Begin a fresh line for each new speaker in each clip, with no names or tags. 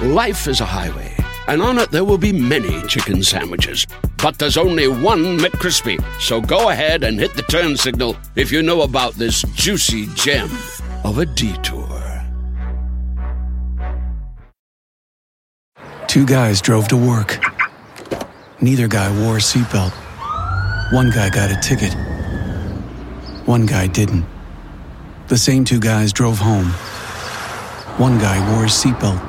Life is a highway, and on it there will be many chicken sandwiches. But there's only one McCrispy. So go ahead and hit the turn signal if you know about this juicy gem of a detour.
Two guys drove to work. Neither guy wore a seatbelt. One guy got a ticket. One guy didn't. The same two guys drove home. One guy wore a seatbelt.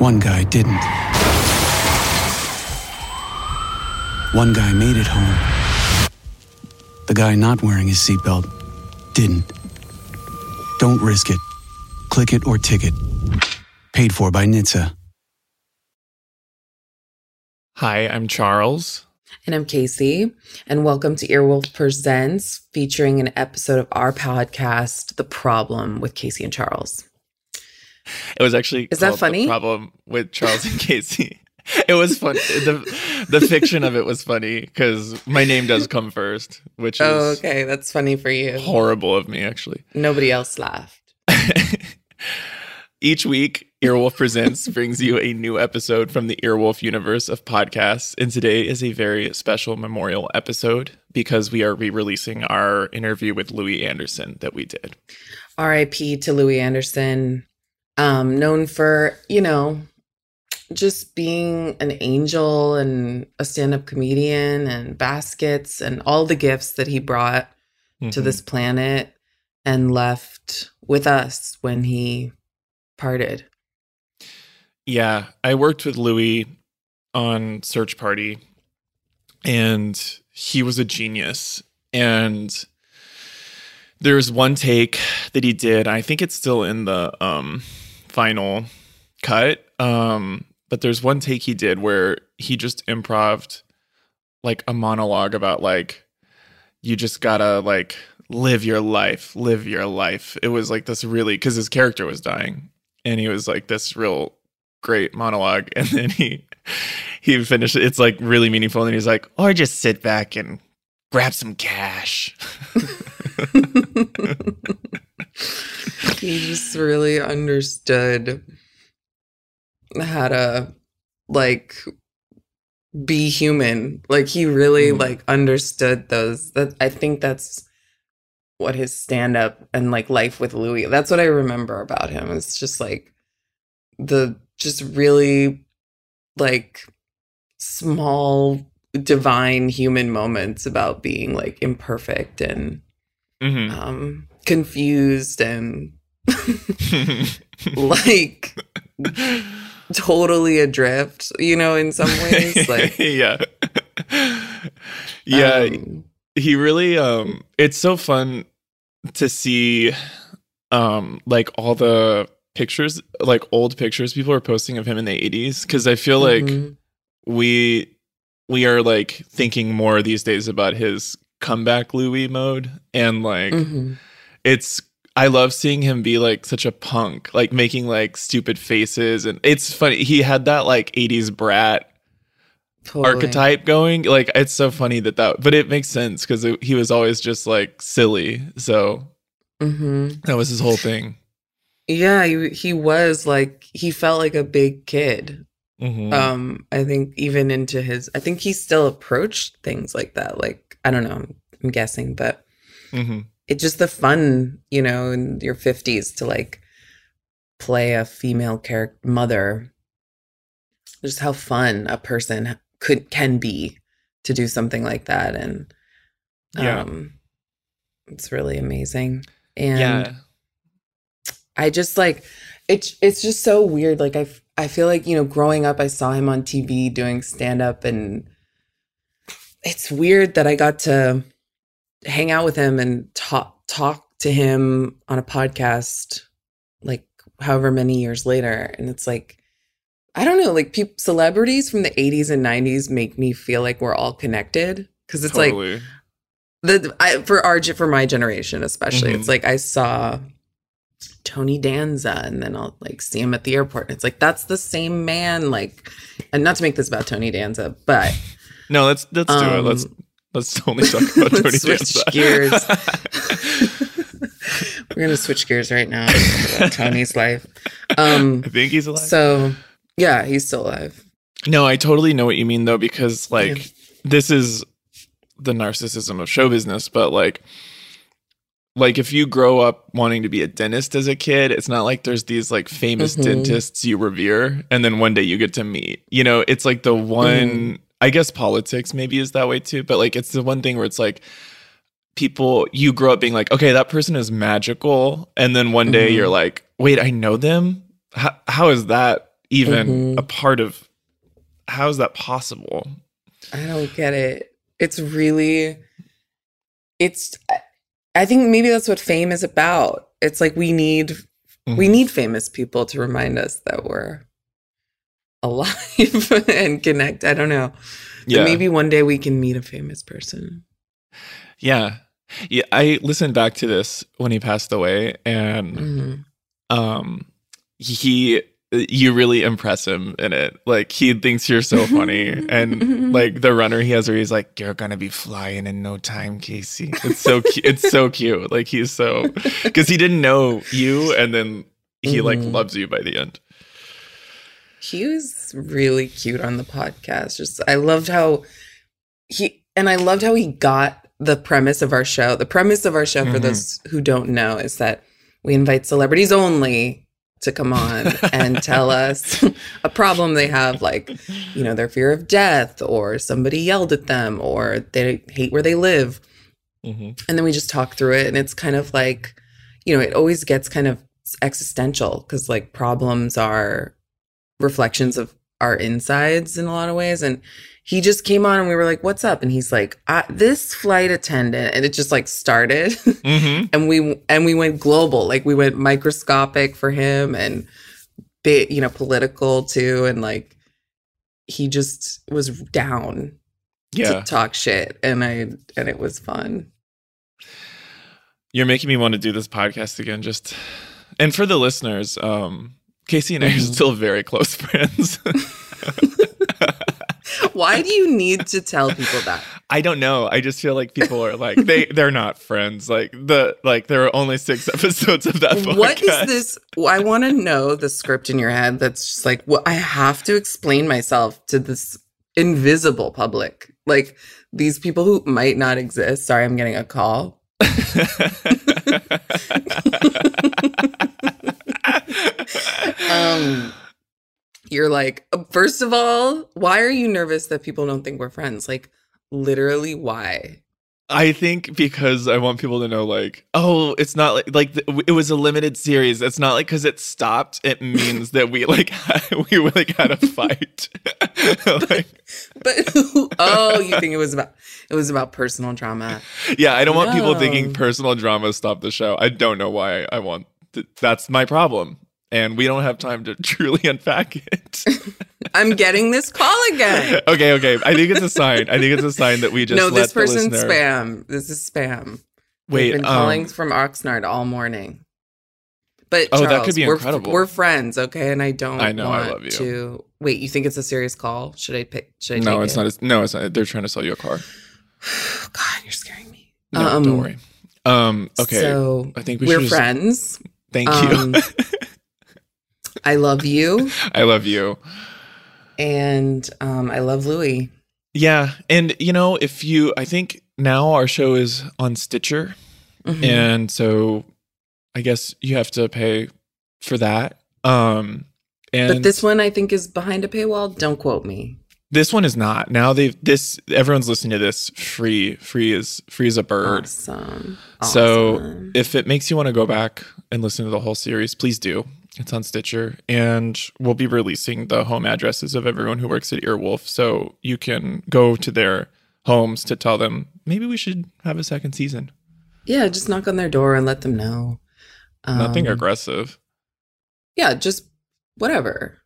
One guy didn't. One guy made it home. The guy not wearing his seatbelt didn't. Don't risk it. Click it or ticket. Paid for by NHTSA.
Hi, I'm Charles.
And I'm Casey. And welcome to Earwolf Presents, featuring an episode of our podcast, The Problem with Casey and Charles.
It was actually
Is that funny?
problem with Charles and Casey. it was fun. the The fiction of it was funny because my name does come first, which
Oh,
is
okay. That's funny for you.
horrible of me. Actually,
Nobody else laughed.
each week, Earwolf Presents brings you a new episode from the Earwolf universe of podcasts, and today is a very special memorial episode because we are re-releasing our interview with Louis Anderson that we did.
R.I.P. to Louis Anderson, um, known for, you know, just being an angel and a stand up comedian and baskets and all the gifts that he brought to
Mhm.
this planet and left with us when he parted.
Yeah, I worked with Louis on Search Party, and he was a genius. And there's one take that he did. I think it's still in the um, final cut. Um, but there's one take he did where he just improved like a monologue about like you just gotta like live your life, live your life. It was like this really because his character was dying, and he was like this real great monologue and then he he finished it's like really meaningful and he's like or just sit back and grab some cash
he just really understood how to like be human like he really
Mhm.
like understood those that i think that's what his stand up and like life with louis that's what i remember about him it's just like the just really like small divine human moments about being like imperfect and
Mhm.
um confused and like totally adrift you know in some ways like
yeah yeah
um,
he really um it's so fun to see um like all the pictures like old pictures people are posting of him in the 80s because i feel like
mhm.
we we are like thinking more these days about his comeback Louis mode and like
Mhm.
it's I love seeing him be like such a punk, like making like stupid faces and it's funny he had that like 80s brat
Totally.
archetype going. Like it's so funny that that but it makes sense cuz he was always just like silly. So
Mhm.
that was his whole thing.
yeah he, he was like he felt like a big kid
Mhm.
um i think even into his i think he still approached things like that like i don't know i'm guessing but
Mhm.
it's just the fun, you know, in your 50s to like play a female character mother. Just how fun a person could can be to do something like that and
Yeah.
um it's really amazing. And
yeah.
I just like it's it's just so weird. Like I f- I feel like you know, growing up, I saw him on TV doing stand up, and it's weird that I got to hang out with him and talk talk to him on a podcast, like however many years later, and it's like. I don't know, like peop celebrities from the 80s and 90s make me feel like we're all connected because it's like
totally.
the I, for our ge- for my generation especially
Mhm.
it's like i saw tony danza and then i'll like see him at the airport and it's like that's the same man like and not to make this about tony danza but
No, let's let's do it.
Um,
Let's let's only talk about
let's
Tony
switch
Danza.
we're gonna switch gears right now about tony's life um
I think he's alive.
so Yeah, he's still alive.
No, I totally know what you mean though, because like this is the narcissism of show business, but like like if you grow up wanting to be a dentist as a kid, it's not like there's these like famous
Mhm.
dentists you revere and then one day you get to meet. You know, it's like the one I guess politics maybe is that way too, but like it's the one thing where it's like people you grow up being like, okay, that person is magical, and then one day
Mhm.
you're like, wait, I know them. How, how is that even
Mhm.
a part of? How is that possible?
I don't get it. It's really, it's. I- I think maybe that's what fame is about. It's like we need we
Mhm.
need famous people to remind us that we're alive and connect. I don't know. But
Yeah,
maybe one day we can meet a famous person.
yeah, yeah. I listened back to this when he passed away, and
Mhm.
um he you really impress him in it like he thinks you're so funny and like the runner he has where he's like you're gonna be flying in no time casey it's so cute it's so cute like he's so because he didn't know you and then he like
Mhm.
loves you by the end
He was really cute on the podcast. Just I loved how he and I loved how he got the premise of our show. The premise of our show for
Mhm.
those who don't know is that we invite celebrities only to come on and tell us a problem they have like you know their fear of death or somebody yelled at them or they hate where they live
Mm-hmm.
and then we just talk through it and it's kind of like you know it always gets kind of existential because like problems are reflections of our insides in a lot of ways and he just came on and we were like what's up and he's like I, this flight attendant and it just like started
hmm
and we and we went global like we went microscopic for him and bit you know political too and like he just was down
yeah
to talk shit and i and it was fun
you're making me want to do this podcast again just and for the listeners um casey and i are
Mhm.
still very close friends
Why do you need to tell people that?
I don't know. I just feel like people are like they they're not friends. Like the like there are only six episodes of that podcast.
What is this? I want to know the script in your head that's just like, well, I have to explain myself to this invisible public. Like these people who might not exist. Sorry, I'm getting a call. Um, you're like, first of all, why are you nervous that people don't think we're friends? Like, literally, why?
I think because I want people to know, like, oh, it's not like like the, it was a limited series. It's not like because it stopped. It means that we like we like had a fight. like,
But oh, you think it was about it was about personal trauma.
Yeah, I don't want people
No.
thinking personal dramas stop the show. I don't know why I want. th- that's my problem, and we don't have time to truly unpack it.
I'm getting this call again.
okay, okay. I think it's a sign. I think it's a sign that we just
no,
let
this
the
person's
listener-
spam. This is spam.
Wait,
We've been
um,
calling from Oxnard all morning. But
Oh, that
Charles,
could be
we're,
incredible.
We're friends, okay? And I don't.
I know, I
want
love you.
To wait, you think it's a serious call? Should I pick? Should I
No,
take
it's
it?
not. A, no, it's not. They're trying to sell you a car.
Oh, God, you're scaring me.
No, don't worry. Um. Okay.
Um, So
I think we
we are
should. just-
friends.
thank you.
Um, I love you,
I love you.
and um, I love Louis.
Yeah, and you know, if you, I think now our show is on Stitcher.
Mhm.
and so i guess you have to pay for that um and
But this one, I think, is behind a paywall. Don't quote me.
this one is not now they've this everyone's listening to this free free is free as a bird
Awesome.
So,
Awesome.
if it makes you want to go back and listen to the whole series please do it's on stitcher and we'll be releasing the home addresses of everyone who works at earwolf so you can go to their homes to tell them maybe we should have a second season
yeah, just knock on their door and let them know. Um,
nothing aggressive
yeah, just whatever.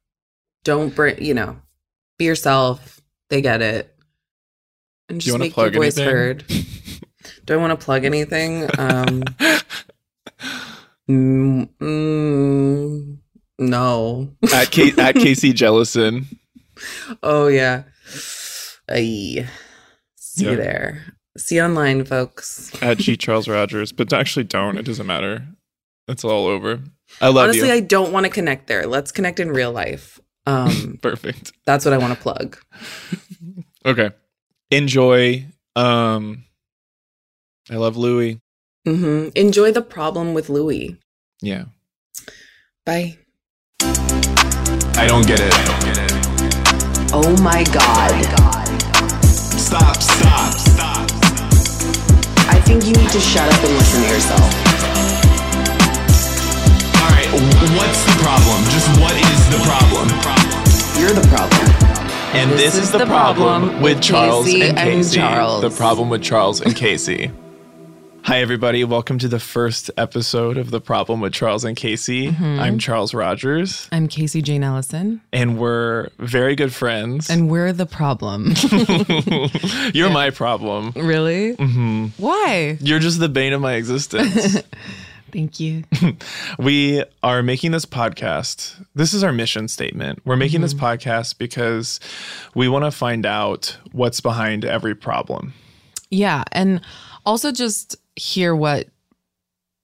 Don't bring, you know, be yourself. They get it. And
Do you
just
wanna
make your
plug
voice
anything?
heard. Don't want to plug anything. Um, mm, mm, no.
at, K- at casey jellison
Oh, yeah. Ay. See
Yeah.
you there. See you online, folks.
at G Charles Rogers, but actually don't. It doesn't matter. It's all over. I love
Honestly,
you.
I don't want to connect there. Let's connect in real life.
Um,
Perfect.
that's what I want to plug.
Okay. Enjoy. Um, I love Louis.
hmm Enjoy the problem with Louis.
Yeah.
Bye.
I don't get it.
Oh my god.
Stop, stop, stop,
I think you need to shut up and listen to yourself.
All right, wh- what's the problem? Just what is the problem?
You're the problem.
And this, is the problem, with Charles
Casey
and
and
Casey.
Charles.
The problem with Charles and Casey. Hi, everybody. Welcome to the first episode of The Problem with Charles and Casey. I'm Charles Rogers,
I'm Casey Jane Ellison,
and we're very good friends.
and we're the problem.
You're my problem.
really? Mm-hmm. Why?
You're just the bane of my existence.
Thank you.
we are making this podcast. This is our mission statement. We're making this
Mm-hmm.
podcast because we want to find out what's behind every problem.
yeah. And also just hear what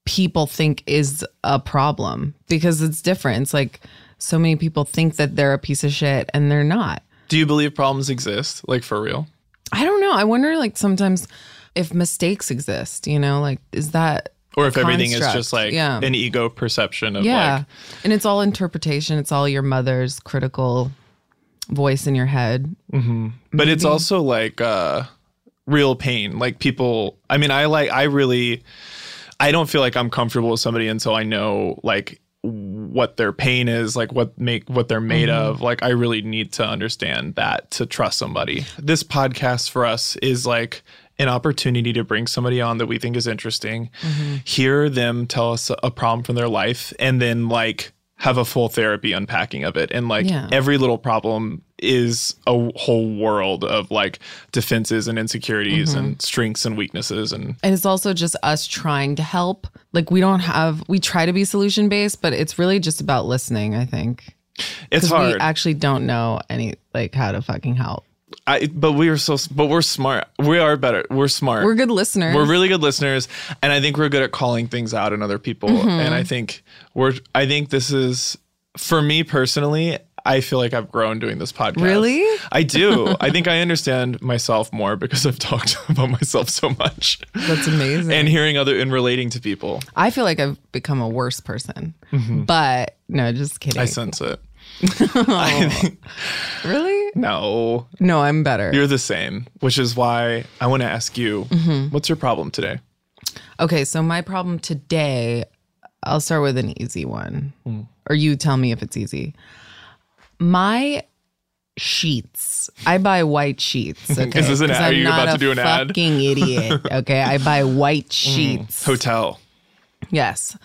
people think is a problem because it's different. It's like so many people think that they're a piece of shit and they're not.
Do you believe problems exist? Like for real?
I don't know. I wonder, like, sometimes if mistakes exist, you know, like, is that.
Or
a
if everything is
construct?
just like
Yeah.
an ego perception of
yeah.
like
and it's all interpretation, it's all your mother's critical voice in your head.
but it's also like uh real pain. Like people I mean I like I really I don't feel like I'm comfortable with somebody until I know like what their pain is, like what make what they're made
Mm-hmm.
of. Like I really need to understand that to trust somebody. This podcast for us is like an opportunity to bring somebody on that we think is interesting,
Mm-hmm.
hear them tell us a problem from their life, and then like have a full therapy unpacking of it. And like
Yeah.
every little problem is a whole world of like defenses and insecurities
Mm-hmm.
and strengths and weaknesses and
And it's also just us trying to help. Like we don't have we try to be solution based, but it's really just about listening, I think.
it's
we
hard.
actually don't know any like how to fucking help.
I, but we are so, but we're smart. We are better. We're smart.
We're good listeners.
We're really good listeners, and I think we're good at calling things out in other people.
Mm-hmm.
And I think we're. I think this is for me personally. I feel like I've grown doing this podcast.
Really?
I do. I think I understand myself more because I've talked about myself so much,
That's amazing.
and hearing other and relating to people.
I feel like I've become a worse person. But no, just kidding.
Mm-hmm. I sense it. I think,
really?
no,
No, I'm better.
you're the same, which is why I want to ask you,
Mm-hmm.
what's your problem today?
okay, so my problem today, I'll start with an easy one.
Hmm.
Or you tell me if it's easy. My sheets. I buy white sheets. Okay,
Is this an
'Cause
ad? Are
I'm
you
not
about
a
to do an ad? Hmm.
Fucking idiot. Okay, I buy white sheets.
Hotel.
Yes,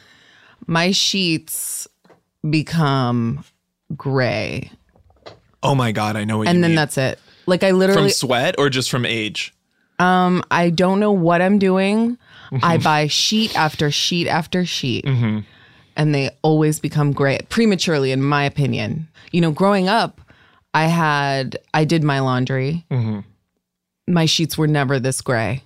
my sheets become gray,
Oh my god, I know what you
and then
mean.
that's it. Like I
from
literally,
sweat or just from age.
um, I don't know what I'm doing.
Mm-hmm.
I buy sheet after sheet after sheet. And they always become gray prematurely, in my opinion. You know, growing up, I had, I did my laundry.
Mm-hmm.
My sheets were never this gray.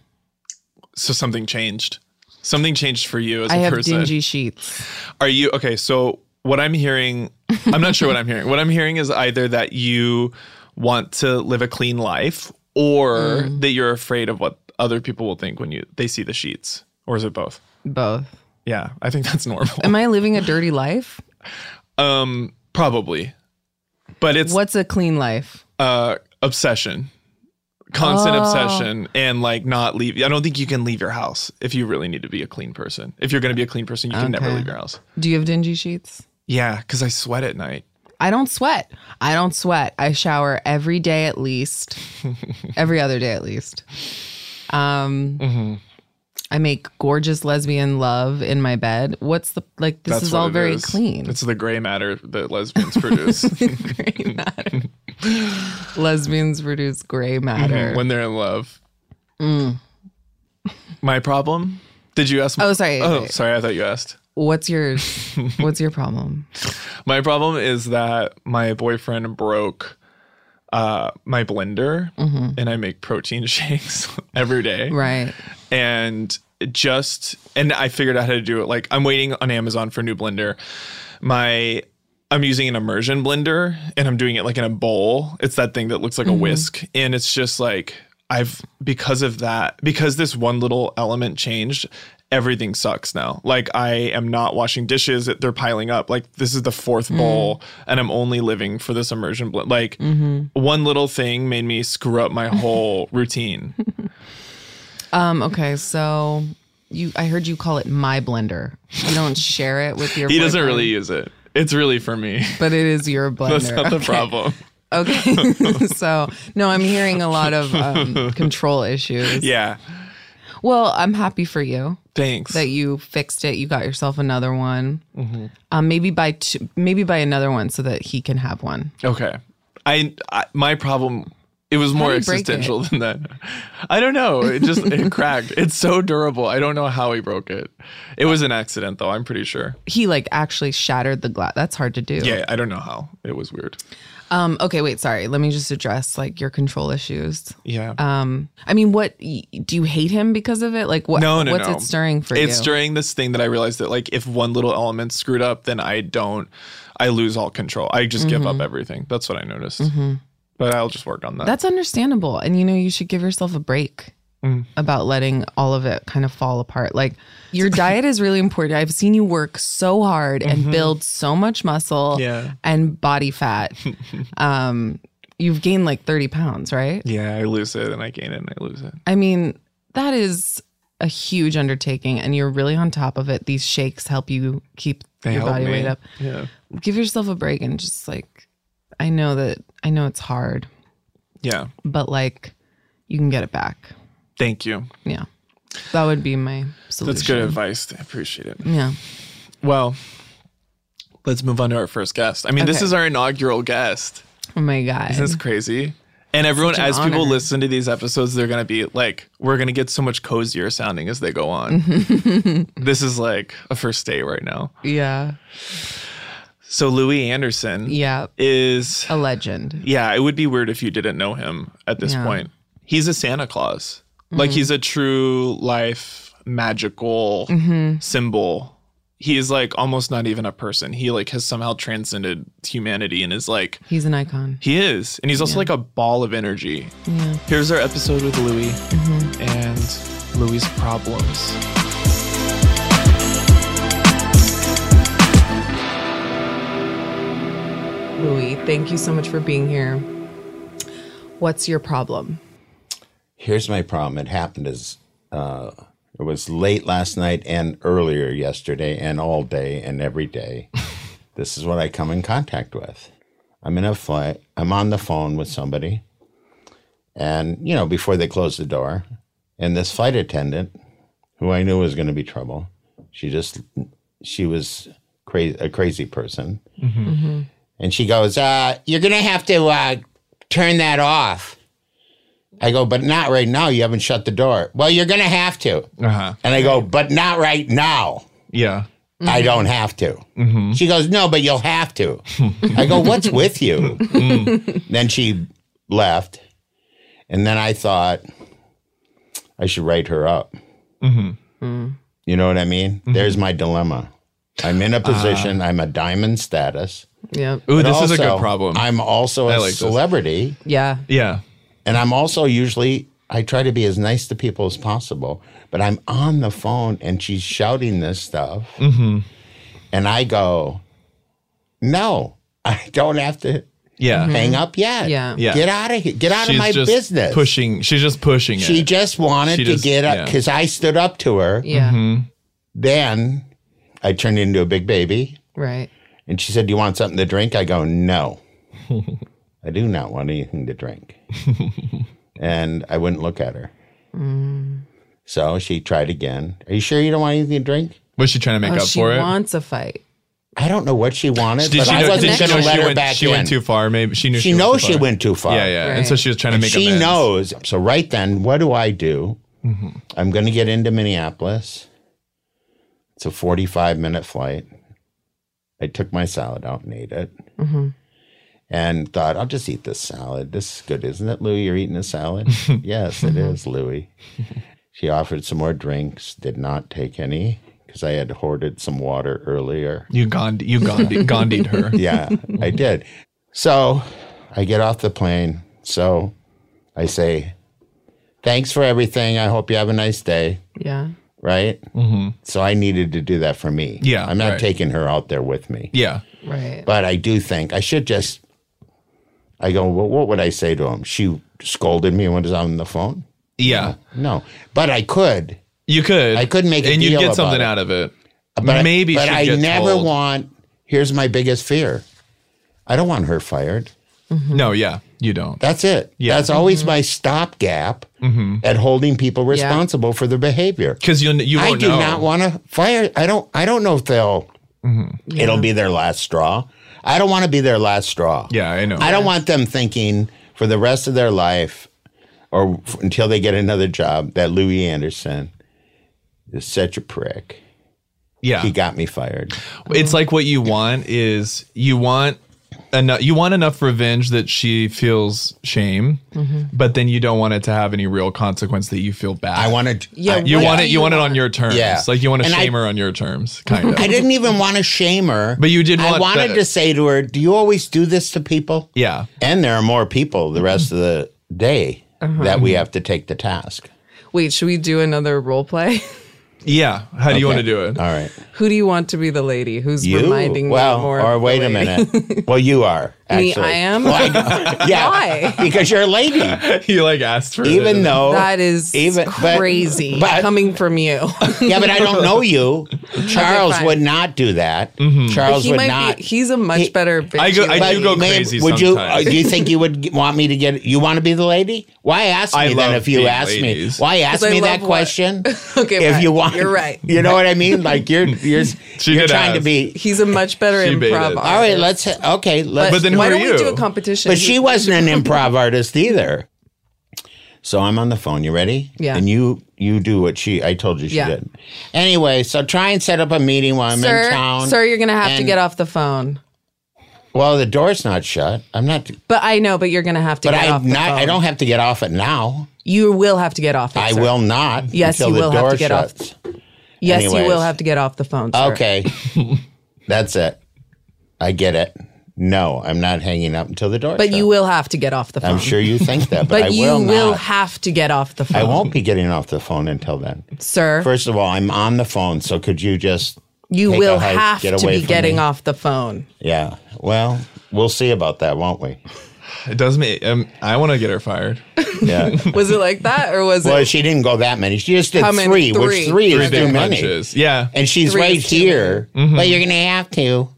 So something changed. Something changed for you as a
I have
person.
dingy sheets.
Are you okay? So what I'm hearing, I'm not sure what I'm hearing. What I'm hearing is either that you want to live a clean life, or
Mm.
that you're afraid of what other people will think when you they see the sheets, or is it both?
Both.
Yeah, I think that's normal.
Am I living a dirty life?
Um, probably, but it's
What's a clean life?
uh obsession constant
Oh.
obsession and like not leave i don't think you can leave your house if you really need to be a clean person if you're going to be a clean person you can never
Okay.
leave your house
Do you have dingy sheets?
yeah because i sweat at night
I don't sweat. I don't sweat. I shower every day at least, every other day at least. Um,
Mm-hmm.
I make gorgeous lesbian love in my bed. What's the like? This
That's
is
what
all
it
very
is.
clean.
it's the gray matter that lesbians produce
Gray matter. Lesbians produce gray matter.
when they're in love my problem did you ask
Mm. Oh, sorry.
oh sorry i thought you asked
What's your What's your problem?
My problem is that my boyfriend broke uh, my blender and I make protein shakes every day.
Mm-hmm. Right.
And just, and I figured out how to do it. Like, I'm waiting on Amazon for a new blender. My I'm using an immersion blender and I'm doing it like in a bowl. It's that thing that looks like a whisk. And it's just like, I've, because of that, because this one little element changed, everything sucks now. Like, I am not washing dishes, they're piling up. Like, this is the fourth bowl and I'm only living for this immersion blend. Like, one little thing made me screw up my whole routine.
Um, okay, so you I heard you call it my blender. You don't share it with your
He doesn't
boyfriend,
really use it. It's really for me.
but it is your blender.
That's not the
Okay.
problem.
Okay. so, no, I'm hearing a lot of um, control issues.
Yeah.
Well, I'm happy for you
Thanks.
that you fixed it. You got yourself another one.
Mm-hmm.
Um, maybe buy two, maybe buy another one so that he can have one.
Okay. I, I my problem it was more
do you break
existential than that. I don't know. It just it cracked. It's so durable. I don't know how he broke it. It was an accident though, I'm pretty sure.
He like actually shattered the glass. That's hard to do.
Yeah, I don't know how. It was weird.
Um. Okay. Wait. Sorry. Let me just address like your control issues.
Yeah.
Um. I mean, what y- do you hate him because of it? Like, what?
no, no,
What's
no.
it stirring for you?
It's stirring this thing that I realized that like if one little element screwed up, then I don't I lose all control. I just give up everything. That's what I noticed. But I'll just work on that.
Mm-hmm. That's understandable. And you know, you should give yourself a break
Mm.
about letting all of it kind of fall apart. Like your diet is really important. I've seen you work so hard and build so much muscle
Mm-hmm. Yeah.
and body fat. um, you've gained like 30 pounds, right?
yeah, I lose it and I gain it and I lose it.
I mean, that is a huge undertaking and you're really on top of it. These shakes help you keep
They
your
help
body
me.
weight up.
Yeah.
Give yourself a break and just like, I know that, I know it's hard,
Yeah.
but like, you can get it back.
Thank you.
Yeah. That would be my solution.
That's good advice. I appreciate it.
Yeah.
Well, let's move on to our first guest. I mean, this
Okay.
is our inaugural guest.
Oh my God.
Isn't this crazy? And everyone,
an
as people
honor.
listen to these episodes, they're going to be like, we're going to get so much cozier sounding as they go on. this is like a first day right now.
yeah.
So, Louis Anderson
Yeah.
is,
A legend.
yeah, it would be weird if you didn't know him at this
Yeah. Mm.
point. He's a Santa Claus. Like, he's a true life magical
Mm-hmm.
symbol. He is like almost not even a person. He like has somehow transcended humanity and is like
He's an icon.
he is, and he's also like a ball of energy.
Yeah.
Here's our episode with Louis
Mm-hmm.
and Louis' problems.
Louis, thank you so much for being here. What's your problem?
Here's my problem. It happened as uh, it was late last night and earlier yesterday and all day and every day. this is what I come in contact with. I'm in a flight. I'm on the phone with somebody, and you know before they close the door, and this flight attendant, who I knew was going to be trouble, she just she was crazy a crazy person, and she goes, uh, "You're going to have to uh, turn that off." I go, but not right now. You haven't shut the door. Well, you're going to have to.
Uh huh.
And I go, but not right now.
Yeah. Mm-hmm.
I don't have to. She goes, no, but you'll have to. I go, what's with you?
Mm.
then she left. And then I thought I should write her up.
Mm-hmm.
You know what I mean? There's my dilemma. I'm in a position, I'm a diamond status.
Yeah.
Ooh,
but
Ah. this is a
also,
good problem.
I'm also
I
a
like this.
celebrity.
Yeah.
yeah.
And I'm also usually, I try to be as nice to people as possible, but I'm on the phone and she's shouting this stuff.
Mm-hmm.
And I go, no, I don't have to
Yeah.
hang up yet.
Mm-hmm. Yeah.
Yeah.
Get out of here. Get out of my
just
business.
pushing. She's just pushing it.
She just wanted
She
to
just-
get up
yeah.
because I stood up to her.
Yeah.
Mm-hmm.
Then I turned into a big baby.
Right.
And she said, Do you want something to drink? I go, No. I do not want anything to drink. and I wouldn't look at her.
Mm.
So she tried again. Are you sure you don't want anything to drink?
was she trying to make
Oh,
up
she
for it?
wants a fight.
I don't know what she wanted,
Did
but
she
I
know, did
wasn't
she
going
know
to
she
let her
went,
back
she
in.
went too far? Maybe she knew
she
was
knows
too
she
far.
went too far.
Yeah, yeah. And so
Right.
she was trying to make
she
amends. Mm-hmm.
knows. So right then, what do I do? I'm going to get into Minneapolis. It's a 45 minute flight. I took my salad out and ate it, and thought I'll just eat this salad. This is good, isn't it, Louie? You're eating a salad.
Mm-hmm.
yes, it is, Louie. She offered some more drinks. Did not take any because I had hoarded some water earlier.
You Gandhi, you Gandhi, Gandhi'd her.
Yeah, I did. So I get off the plane. So I say, thanks for everything. I hope you have a nice day.
Yeah.
Right. Mm-hmm. So I needed to do that for me.
Yeah,
I'm not
right.
taking her out there with me.
Yeah.
Right.
But I do think I should just. I go. Well, what would I say to him? She scolded me when I was on the phone.
Yeah.
No, but I could.
You could.
I could make a
And you'd
deal
get
about
something
it.
out of it.
But
Maybe
But
should
I
get
never
told.
want. Here's my biggest fear. I don't want her fired. Mm-hmm.
No, yeah, you don't.
That's it. That's always my stopgap
Mm-hmm.
at holding people responsible for their behavior.
Because you you
I
won't
do
know.
not want to fire. I don't. I don't know if they'll.
Mm-hmm.
It'll be their last straw. I don't want to be their last straw.
Yeah, I know.
I don't want them thinking for the rest of their life, or f- until they get another job, that Louis Anderson is such a prick.
yeah.
He got me fired.
It's like what you want is you want enough you want enough revenge that she feels shame,
Mm-hmm.
but then you don't want it to have any real consequence that you feel bad.
I wanted.
Yeah,
I-
you
what
want
do
it you want it on your terms.
Yeah.
Like you want to
And I-
shame her on your terms, kind
I
of.
didn't even want to shame her.
But you did
I
want
wanted
the-
to say to her, "Do you always do this to people?"
yeah.
And there are more people the rest of the day
Uh-huh.
that we have to take the task.
Wait, should we do another role play?
Yeah. How do you want to do it?
All right.
Who do you want to be the lady? Who's
You
reminding
well,
me more? of
or
the
wait a
lady?
minute. well, you are
Me,
actually.
I am.
Yeah,
Why?
because you're a lady.
you like asked for it.
Even though
That is
even but-
crazy
but-
coming from you.
yeah, but I don't know you. Charles
fine.
would not not do that. Charles
he
would
might
not.
be. He's a much
He-
better. Bitchy
I go- Mm-hmm. I
But
do go
lady.
ma'am,
crazy
Would you?
sometimes.
uh, Do you think you would g- want me to get? You want to be the lady? Why ask me
I
then
love
if you
being
ask
ladies.
me? Why ask
'Cause I
me
love
that
what-
question?
Okay,
if
right.
you want,
You're right.
You know what I mean? Like you're you're
She
you're
did
trying to
ask.
be.
He's a much better
She baited.
improv.
All right,
artist.
let's okay. Let's,
But then
why
who are
don't we do
you?
a competition?
But she wasn't an improv artist either. So I'm on the phone. You ready?
Yeah.
And you you do what she I told you she
Yeah.
did. Anyway, so try and set up a meeting while I'm
sir,
in town.
sir, you're gonna have to
and-
get off the phone.
Well, the door's not shut. I'm not.
But I know, but you're gonna have to
But
get off
I'm
the
not.
phone.
I don't have to get off it now.
You will have to get off. It,
I
sir.
will not.
Yes,
until
you will
the
have
door
to get off.
shuts.
Yes, you will
anyways.
have to get off the phone. Sir.
Okay. That's it. I get it. No, I'm not hanging up until the door.
But you
shuts.
will have to get off the phone.
I'm sure you think that, but,
But
I
you
will
will,
not.
have to get off the phone.
I won't be getting off the phone until then.
sir.
First of all, I'm on the phone, so could you just
you
take
will
a hike,
have
get
to
away
be
from
getting
me?
off the phone.
Yeah. Well, we'll see about that, won't we?
It does me um, I want to get her fired.
Yeah.
Was it like that, or was
well,
it?
she didn't go that many. She just did
How many?
three,
Three.
which three,
Three
is
big
too many.
punches. Yeah.
And she's
Three
right
is too many. Mm-hmm.
here. But you're gonna have to.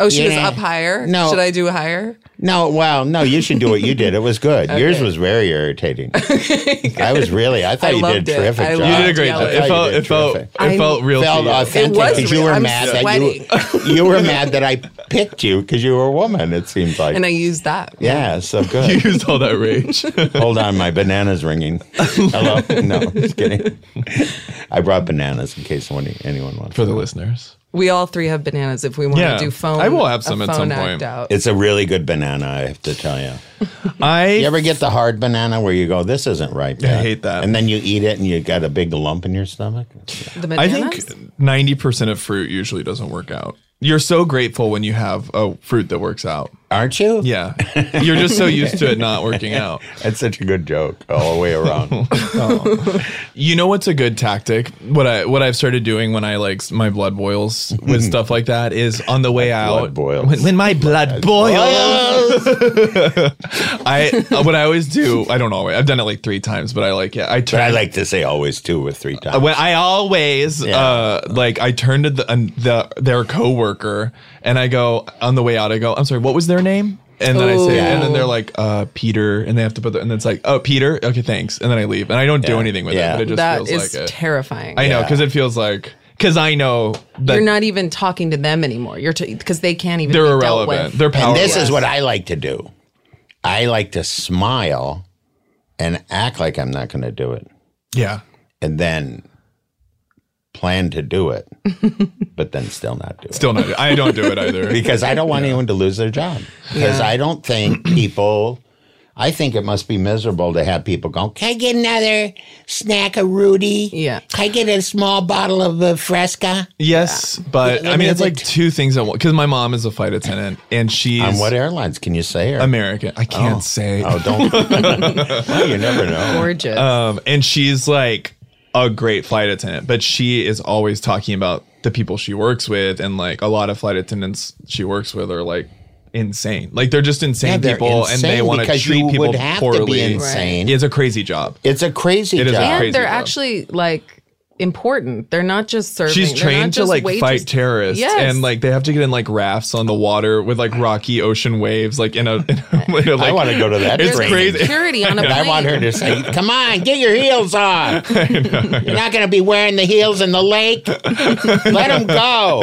Oh, she was
Yeah.
up higher.
No.
should I do higher?
No, well, no, you should do what you did. It was good. Yours was very irritating. I was really I
I
thought you
loved
did
it.
a terrific
I
job.
You
loved
did a great
Yeah,
job.
I
It
thought you
felt
did
it felt
terrific.
it felt real.
felt
to you.
authentic
It was
because you
real.
were
I'm
mad that you
sweating.
you were mad that I picked you because you were a woman. It seems like
And I used that.
yeah, so good.
You used all that rage.
Hold on, my banana's ringing. Hello? No, just kidding. I brought bananas in case anyone, anyone wants.
for the listeners.
We all three have bananas. If we want
Yeah.
to do phone,
I will have
a
some at
phone
some
act
point.
Out.
It's a really good banana, I have to tell you.
I
You ever get the hard banana where you go, this isn't right?
I hate that.
And then you eat it and you got a big lump in your stomach.
The
I
bananas.
think ninety percent of fruit usually doesn't work out. You're so grateful when you have a fruit that works out.
Aren't you?
Yeah, you're just so used to it not working out.
That's such a good joke all the way around.
You know what's a good tactic? What I what I've started doing when I like s- my blood boils with stuff like that is on the way out.
blood boils.
When, when my blood boils, I uh, what I always do. I don't always. I've done it like three times, but I like it. I
but
turn.
I like to say always two with three times.
when I always
Yeah.
uh, like I turn to the, um, the their coworker and I go on the way out. I go, I'm sorry, what was their name? And then I say, and then they're
Oh.
like, uh, Peter, and they have to put, the, and it's like, oh, Peter, okay, thanks, and then I leave, and I don't do
Yeah.
anything with
Yeah.
it, but it just
that
feels
is
like it.
terrifying.
I know because it feels like because I know that
You're not even talking to them anymore. You're because they can't even.
they're
be Dealt
irrelevant.
with.
They're
and
powerless.
this is what I like to do I like to smile and act like I'm not going to do it.
yeah.
and then plan to do it, but then still not do it.
Still not. I don't do it either.
Because I don't want anyone to lose their job. Because I don't think people, I think it must be miserable to have people go, Can I get another snack of Rudy?
Yeah.
Can I get a small bottle of uh, Fresca?
Yes, but
Yeah, I
I
mean,
mean, it's like
that-
two things at once. Because my mom is a flight attendant, and she's
On what airlines can you say? Or,
American. I can't say.
Oh, don't. well, you never know.
Gorgeous.
Um, and she's like a great flight attendant, but she is always talking about the people she works with, and like a lot of flight attendants she works with are like insane. Like they're just insane
Yeah, they're
people, and
insane
they want to
because
treat
you
people
would have to be
poorly.
insane.
It's a crazy job.
It's a crazy
It is a
job.
and
crazy
they're
though.
actually like important. They're not just serving.
She's
They're not
trained to
just
like
waitress-
fight terrorists,
Yes.
and like they have to get in like rafts on the water with like rocky ocean waves, like in a. In a, in a, like,
I want to go to that
It's
training.
crazy.
security on a plane.
I want her to say, "Come on, get your heels on. You're not going to be wearing the heels in the lake. Let them go.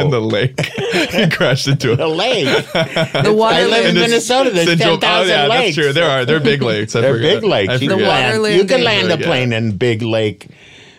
in the lake. he crashed into
the
a
lake.
the
I
water.
live in
layer-
this-
Minnesota. There's
Central-
ten thousand
oh, yeah,
lakes.
That's true. There are. They're big lakes. I
They're
forget.
big lakes.
I
You can,
forget.
land,
water
you can
landing.
land a
Yeah.
plane in Big Lake,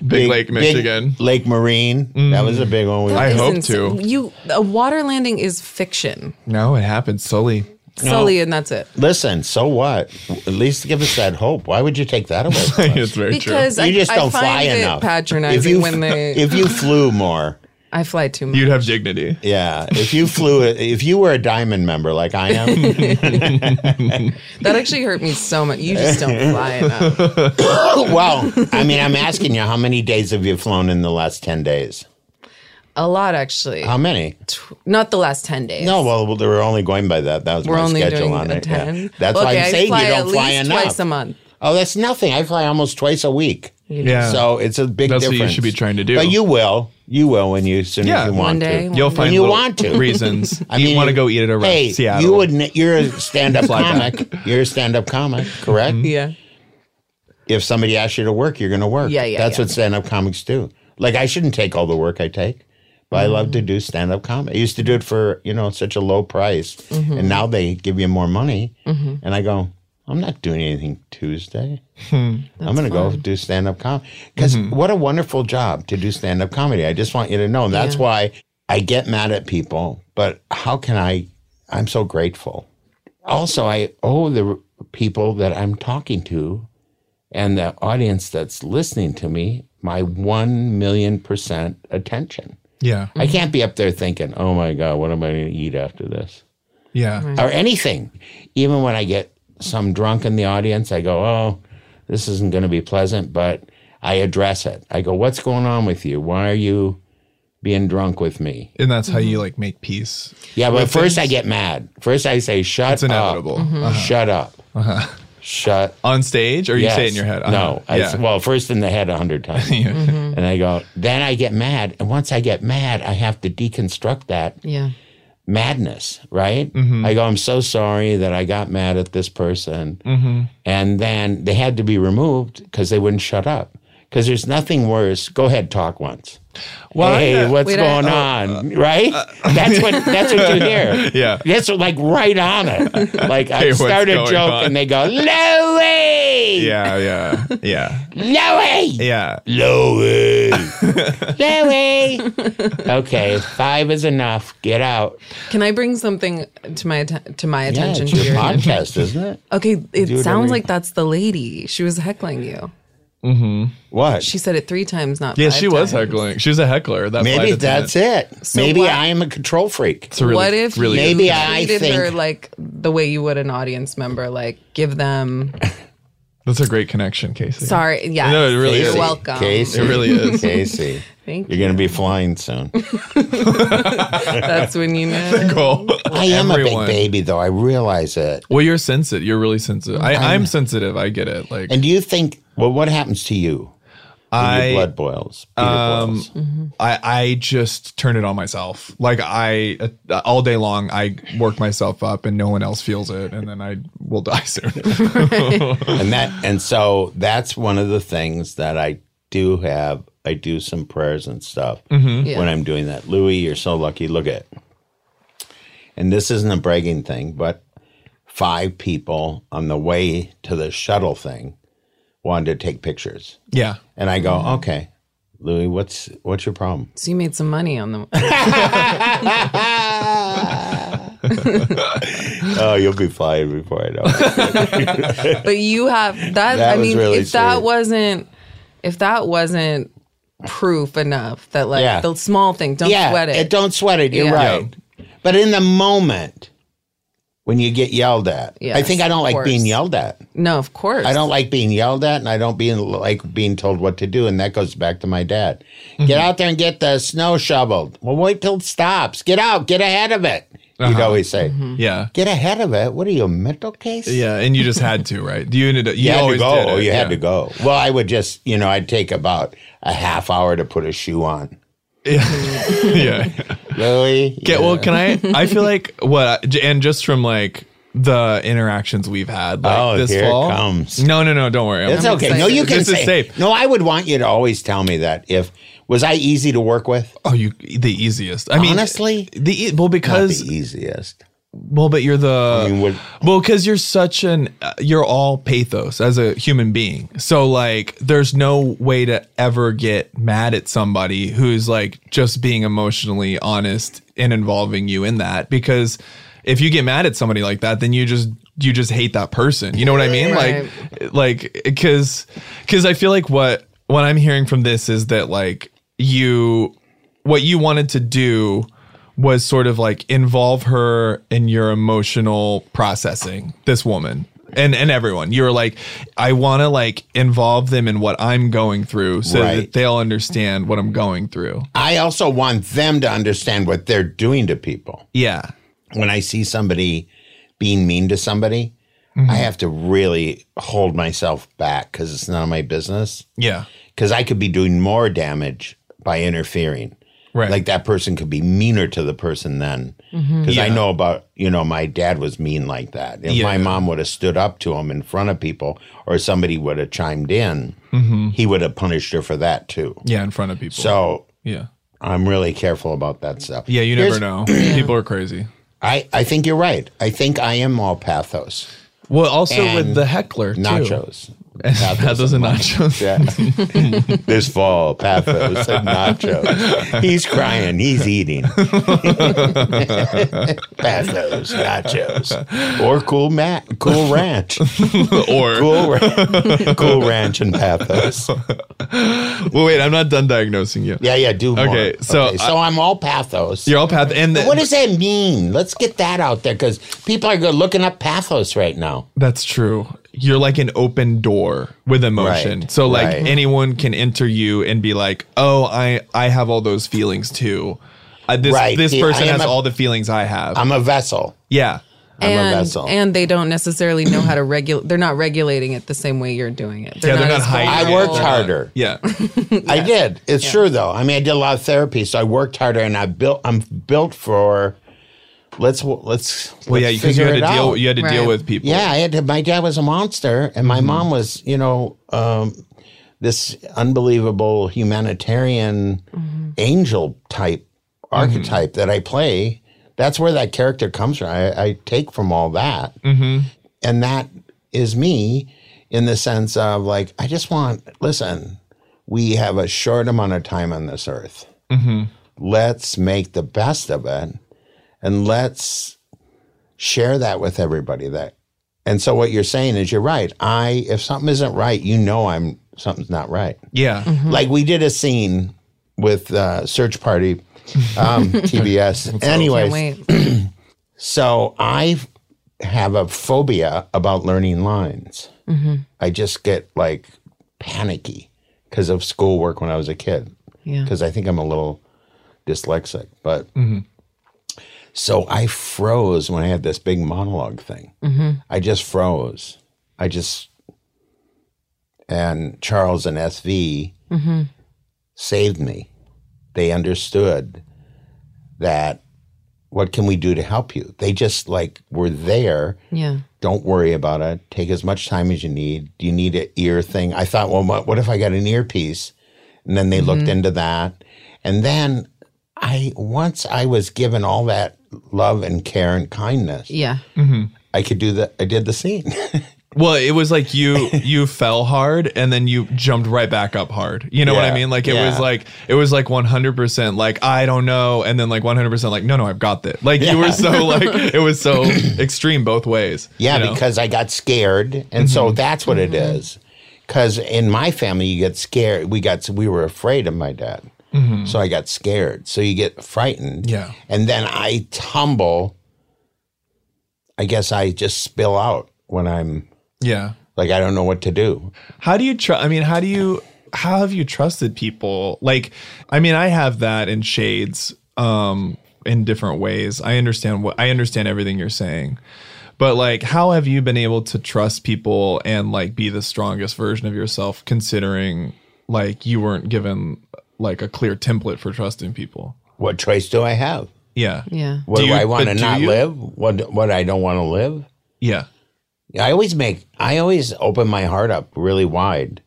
Big Lake, Michigan.
Lake Marine. That was a big one. We
That
I
is
hope
insane.
to.
You a water landing is fiction.
No, it happened slowly.
Sully, and that's it.
Listen, so what? At least give us that hope. Why would you take that away? From us?
it's very
Because
true.
I,
you just
I
don't
find
fly
it
enough.
patronizing
if you,
when they
if you flew more,
I fly too much.
You'd have dignity.
yeah. If you flew, if you were a diamond member like I am,
That actually hurt me so much. You just don't fly enough.
well, I mean, I'm asking you, how many days have you flown in the last ten days?
A lot actually.
How many?
Tw- Not the last ten days.
No, well, they were only going by that. That was
we're
my
only
schedule
doing
on
a
it. yeah.
ten.
That's why
Okay,
I'm
I
saying
fly
you
at
don't fly
least
enough.
Twice a month.
Oh, that's nothing. I fly almost twice a week.
Yeah.
So it's a big
That's what
difference.
you should be trying to do.
But you will. You will when you, as soon
Yeah.
as you
One
want
day,
to.
You'll find
you
little
want to.
reasons.
I
you
mean,
want to go eat at a restaurant.
Hey,
in Seattle.
you wouldn't. You're a stand-up
Fly back. Mm-hmm.
comic. You're a stand-up comic, correct?
Yeah.
If somebody asks you to work, you're going to work.
Yeah, yeah,
That's
yeah.
what stand-up comics do. Like I shouldn't take all the work I take, but I
Mm-hmm.
love to do stand-up comedy. I used to do it for you know such a low price,
Mm-hmm.
and now they give you more money, and I go. I'm not doing anything Tuesday.
Hmm.
I'm going to go do stand up comedy. Because
Mm-hmm.
what a wonderful job to do stand up comedy. I just want you to know. And that's why I get mad at people, but how can I? I'm so grateful. Also, I owe the r- people that I'm talking to and the audience that's listening to me my 1 million percent attention.
yeah.
I can't be up there thinking, oh my God, what am I going to eat after this?
Yeah.
or anything. Even when I get some drunk in the audience, I go, "Oh, this isn't going to be pleasant," but I address it. I go, "What's going on with you? Why are you being drunk with me?"
And that's how
Mm-hmm.
you like make peace.
Yeah, but
With
first I
things?
get mad. First I say, "Shut
It's inevitable. Mm-hmm. Uh-huh.
up! Shut up! Shut."
On stage, or you say it
Yes.
in your head.
No,
Uh-huh.
I s-
yeah.
well, first in the head a hundred times,
Yeah.
Mm-hmm.
and I go. Then I get mad, and once I get mad, I have to deconstruct that
Yeah.
madness, right?
Mm-hmm.
I go, I'm so sorry that I got mad at this person.
Mm-hmm.
And then they had to be removed because they wouldn't shut up. Because there's nothing worse. Go ahead, talk once.
Well,
hey,
yeah. uh,
what's
Wait, I- Oh,
going on? right? that's what that's what you hear.
Yeah.
That's like right on it. Like
Hey,
I
what's
start a
going
joke
on?
and they go, Louie!
yeah. Yeah. Yeah.
Louie!
Yeah.
Louie! Louie! Okay, five is enough. Get out.
Can I bring something to my atten- to my
Yeah,
attention
it's
to
your
your attention?
podcast, isn't it?
Okay,
whatever
it sounds
you-
like that's the lady. She was heckling you.
What?
She said it three times, not
Yeah.
five
She was
times.
heckling. She was a heckler. That
Maybe
flight
that's
attendant.
it. Maybe
what-
I am a control freak.
It's a really,
what if
really
you
good
Maybe
point.
I
treated
think-
her like the way you would an audience member? Like give them
That's a great connection, Casey.
sorry. Yeah,
No, it really
you're
is.
welcome.
Casey.
It really is.
Casey.
Thank
You're going to be flying soon.
That's when you know.
Cool.
I am
Everyone.
a big baby, though. I realize it.
Well, you're sensitive. You're really sensitive. I, I'm sensitive. I get it. Like
And do you think, well, what happens to you when
I, um,
your blood boils? Peter boils?
I, I just turn it on myself. Like I, uh, all day long, I work myself up, and no one else feels it, and then I will die soon.
And that, and so that's one of the things that I do have. I do some prayers and stuff
Yeah.
when I'm doing that. Louis, you're so lucky. Look at, and this isn't a bragging thing, but five people on the way to the shuttle thing wanted to take pictures,
yeah,
and I go, okay, Louis, what's what's your problem?
So you made some money on the
oh, you'll be fired before I know. it.
But you have that.
That
I
was
mean,
really
if that
sweet.
wasn't, if that wasn't proof enough that like
Yeah.
the small thing, don't
yeah,
sweat it.
Don't sweat it. You're
Yeah.
right. But in the moment, when you get yelled at, I
Yes,
think I don't
of
like being
course.
yelled at.
no, of course.
I don't like being yelled at, and I don't being like being told what to do. And that goes back to my dad.
Mm-hmm.
Get out there and get the snow shoveled. Well, wait till it stops. Get out. Get ahead of it.
Uh-huh.
He'd always say,
Mm-hmm.
yeah.
"Get ahead of it." What are you, a mental case?
Yeah, and you just had to, right? You ended up. You,
You had to
always
go.
did it,
you had
yeah.
to go. Well, I would just, you know, I'd take about a half hour to put a shoe on.
Yeah.
Really?
Get, Well, can I? I feel like what, and just from like the interactions we've had, like
Oh,
this
here it
fall.
comes.
No, no, no. Don't worry. I'm
It's
not-
okay. No, you can
This
say.
is safe.
No, I would want you to always tell me that. If was I easy to work with?
Oh, you the easiest. I mean,
Honestly?
the e- well
Not the
because
easiest.
well, but you're the
I mean, what-
well because you're such an uh, you're all pathos as a human being. So like, there's no way to ever get mad at somebody who's like just being emotionally honest and involving you in that because if you get mad at somebody like that, then you just you just hate that person. You know what I mean?
Right.
Like, like because because I feel like what what I'm hearing from this is that like you what you wanted to do was sort of like involve her in your emotional processing this woman and and everyone you were like i want to like involve them in what i'm going through so
Right.
that they'll understand what i'm going through
I also want them to understand what they're doing to people.
yeah
When I see somebody being mean to somebody,
Mm-hmm.
I have to really hold myself back because it's none of my business.
yeah
Because I could be doing more damage by interfering.
right Mm-hmm.
Like that person could be meaner to the person then. Because I
Yeah.
know about, you know, my dad was mean like that. If my
Yeah.
mom would have stood up to him in front of people or somebody would have chimed in, he would have punished her for that too.
Mm-hmm. yeah in front of people
So
yeah
I'm really careful about that stuff.
yeah you never
Here's-
know people are crazy
I, I think you're right. I think I am all pathos.
well also
And
with the heckler too.
Nachos.
those are nachos
Yeah. this fall, pathos and nachos. He's crying. He's eating. pathos, nachos. Or cool mat, cool ranch.
or
Cool, ra- cool ranch and pathos.
well wait i'm not done diagnosing you
Yeah, yeah, do more.
Okay, so
so I'm all pathos.
you're all path and the,
What does that mean? Let's get that out there because people are go- looking up pathos right now.
That's true. You're like an open door with emotion.
Right,
So like
right.
anyone can enter you and be like, "Oh, I I have all those feelings too." Uh, this
Right.
this
Yeah, I
person
am
has
a-
all the feelings I have.
I'm a vessel.
yeah.
I'm
and,
a vessel.
and they don't necessarily know how to regulate. They're not regulating it the same way you're doing it.
yeah, they're not
as
hiding.
I
it.
worked
They're not-
harder.
Yeah.
I did. It's true though. I mean, I did a lot of therapy, so I worked harder, and I built. I'm built for. Let's let's.
Well, yeah,
let's
because you had
figure
to
it
deal
out.
you had to deal
Right.
with people.
yeah, I had to, my dad was a monster, and my mom was, you know, um, this unbelievable humanitarian angel type archetype that I play. That's where that character comes from. I, I take from all that, and that is me in the sense of like I just want. Listen, we have a short amount of time on this earth. Let's make the best of it, and let's share that with everybody that and so what you're saying is you're right i if something isn't right you know i'm something's not right
Yeah.
like we did a scene with uh search party um tbs
Can't
anyways
wait.
so i have a phobia about learning lines i just get like panicky because of schoolwork when i was a kid
Yeah.
because I think I'm a little dyslexic. But so I froze when I had this big monologue thing. I just froze. I just and Charles and SV saved me. They understood that what can we do to help you? They just like were there
Yeah.
don't worry about it. Take as much time as you need. Do you need an ear thing? I thought, well, what, what if I got an earpiece? And then they looked into that. And then I, once I was given all that love and care and kindness,
Yeah.
I could do the, I did the scene.
Well, it was like you you fell hard and then you jumped right back up hard. You know what I
Yeah,
mean? Like it was
yeah.
like it was like 100% like I don't know and then like 100% like no no I've got this. Like you were so like it was so extreme both ways.
Yeah,
you know? Mm-hmm.
because I got scared, and so that's what it is. Because in my family, you get scared. We got we were afraid of my dad, so I got scared. So you get frightened.
Mm-hmm. Yeah.
and then I tumble. I guess I just spill out when I'm
Yeah.
like I don't know what to do.
How do you trust? I mean, how do you? How have you trusted people? Like, I mean, I have that in shades, um, in different ways. I understand what I understand everything you're saying, but like, how have you been able to trust people and like be the strongest version of yourself, considering like you weren't given like a clear template for trusting people?
What choice do I have?
Yeah,
Yeah.
What
Do
do,
you-
I want to
but do
not
you?
live? What what I don't want to live?
yeah,
I always make I always open my heart up really wide.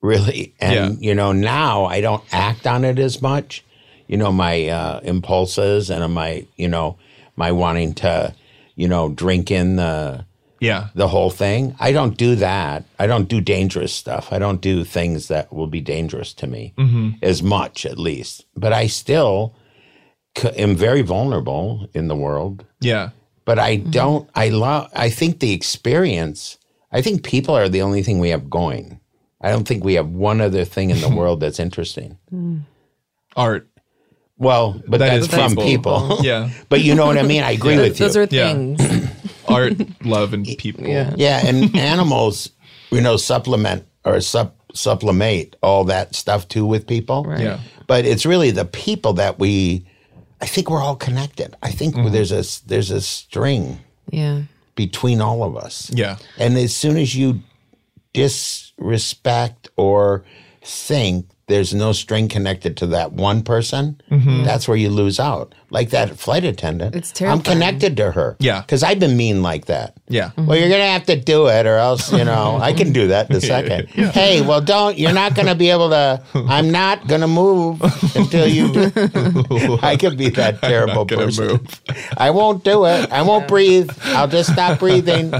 Really. And you know, now I don't act on it as much. You know, my uh impulses and my, you know, my wanting to, you know, drink in the
yeah,
the whole thing. I don't do that. I don't do dangerous stuff. I don't do things that will be dangerous to me as much at least. But I still c- am very vulnerable in the world
yeah,
but I
Mm-hmm.
don't. I love. I think the experience. I think people are the only thing we have going. I don't think we have one other thing in the world that's interesting.
art.
Well, but
That
that's
is
from
people.
people.
Yeah,
but you know what I mean. I agree with you.
Those are
Yeah.
things.
art, love, and people.
Yeah.
yeah, and animals, you know, supplement or sup supplement all that stuff too with people.
Right.
yeah,
But it's really the people that we. I think we're all connected. I think
Mm-hmm.
there's a s- there's a string
Yeah.
between all of us.
yeah.
And as soon as you disrespect or think there's no string connected to that one person,
Mm-hmm.
that's where you lose out. Like that flight attendant.
It's
I'm
terrifying.
connected to her.
Yeah.
Because I've been mean like that.
yeah.
Well, you're gonna have to do it, or else you know I can do that in a second. Hey, well, don't. You're not gonna be able to. I'm not gonna move until you do. I could be that terrible
gonna
person.
move.
I won't do it. I won't breathe. I'll just stop breathing.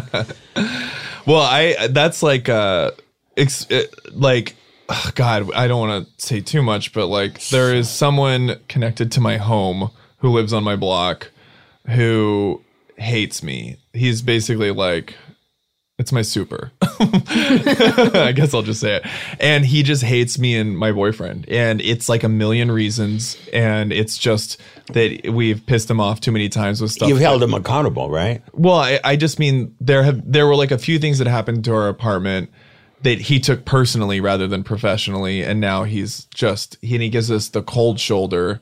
Well, I that's like uh ex- it, like ugh, god, I don't want to say too much, but like there is someone connected to my home who lives on my block who hates me. He's basically like it's my super. I guess I'll just say it. And he just hates me and my boyfriend. And it's like a million reasons. And it's just that we've pissed him off too many times with stuff.
You've held him accountable, right?
Well, I, I just mean there have there were like a few things that happened to our apartment that he took personally rather than professionally, and now he's just he and he gives us the cold shoulder,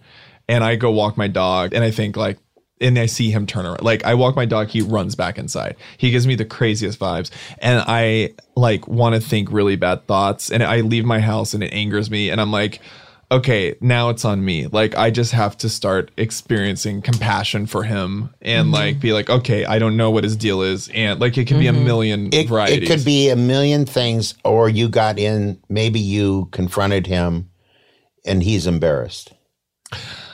and I go walk my dog, and I think like. And I see him turn around. Like I walk my dog, he runs back inside. He gives me the craziest vibes, and I like want to think really bad thoughts. And I leave my house, and it angers me. And I'm like, okay, now it's on me. Like I just have to start experiencing compassion for him and like be like, okay, I don't know what his deal is, and like it could be a million
It, it
varieties.
could be a million things, or you got in, maybe you confronted him and he's embarrassed.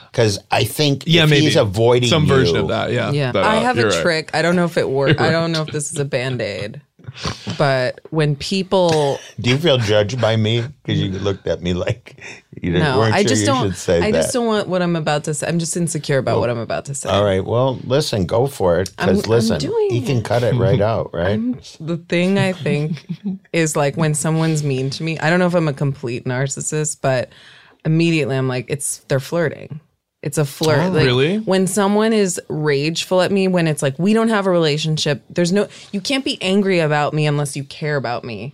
Because I think
yeah,
if
maybe
he's avoiding
some
you-
version of that. Yeah,
Yeah.
But,
I
uh,
have
you're
a
right.
trick. I don't know if it works. I don't know if this is a band aid, but when people
Do you feel judged by me? Because you looked at me like you didn't-
no,
weren't
I
sure
just
you
don't.
should say
I
that.
just don't want what I'm about to say. I'm just insecure about what I'm about to say.
All right, well, listen, go for it.
I'm-
Because
I'm
listen,
doing
you can
it.
cut it right out, right?
The thing I think is like when someone's mean to me. I don't know if I'm a complete narcissist, but immediately I'm like, it's they're flirting. It's a flirt.
Oh,
Like,
really?
When someone is rageful at me, when it's like we don't have a relationship, there's no. You can't be angry about me unless you care about me.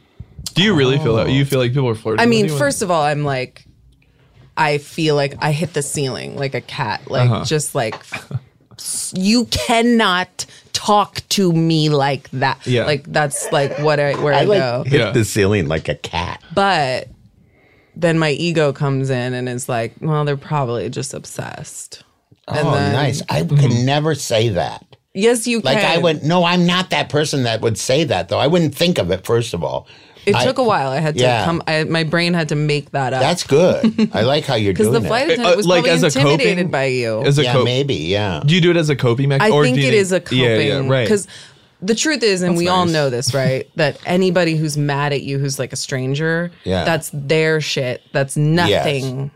Do you really feel that? You feel like people are flirting?
I
with
mean,
you?
first of all, I'm like, I feel like I hit the ceiling like a cat, like
Uh-huh.
just like s- you cannot talk to me like that.
Yeah.
like that's like what I where I,
I
go.
like hit
Yeah.
the ceiling like a cat.
But then my ego comes in and is like, well, they're probably just obsessed.
oh, nice. I
Mm-hmm.
can never say that.
Yes, you
Like
can.
I would no, I'm not that person that would say that though. I wouldn't think of it first of all.
It
I-
took a while. I had to
Yeah.
come. I, my brain had to make that up
That's good. I like how you're
because
doing
the flight
it.
attendant was
Uh, like,
probably
as a coping-
intimidated by you.
as a
Yeah,
cop-
maybe. Yeah.
do you do it as a coping
I
mechanism?
think it is a coping.
Yeah, yeah, right.
Because the truth is, and we all know this, right? that anybody who's mad at you, who's like a stranger,
Yeah.
that's their shit. That's nothing.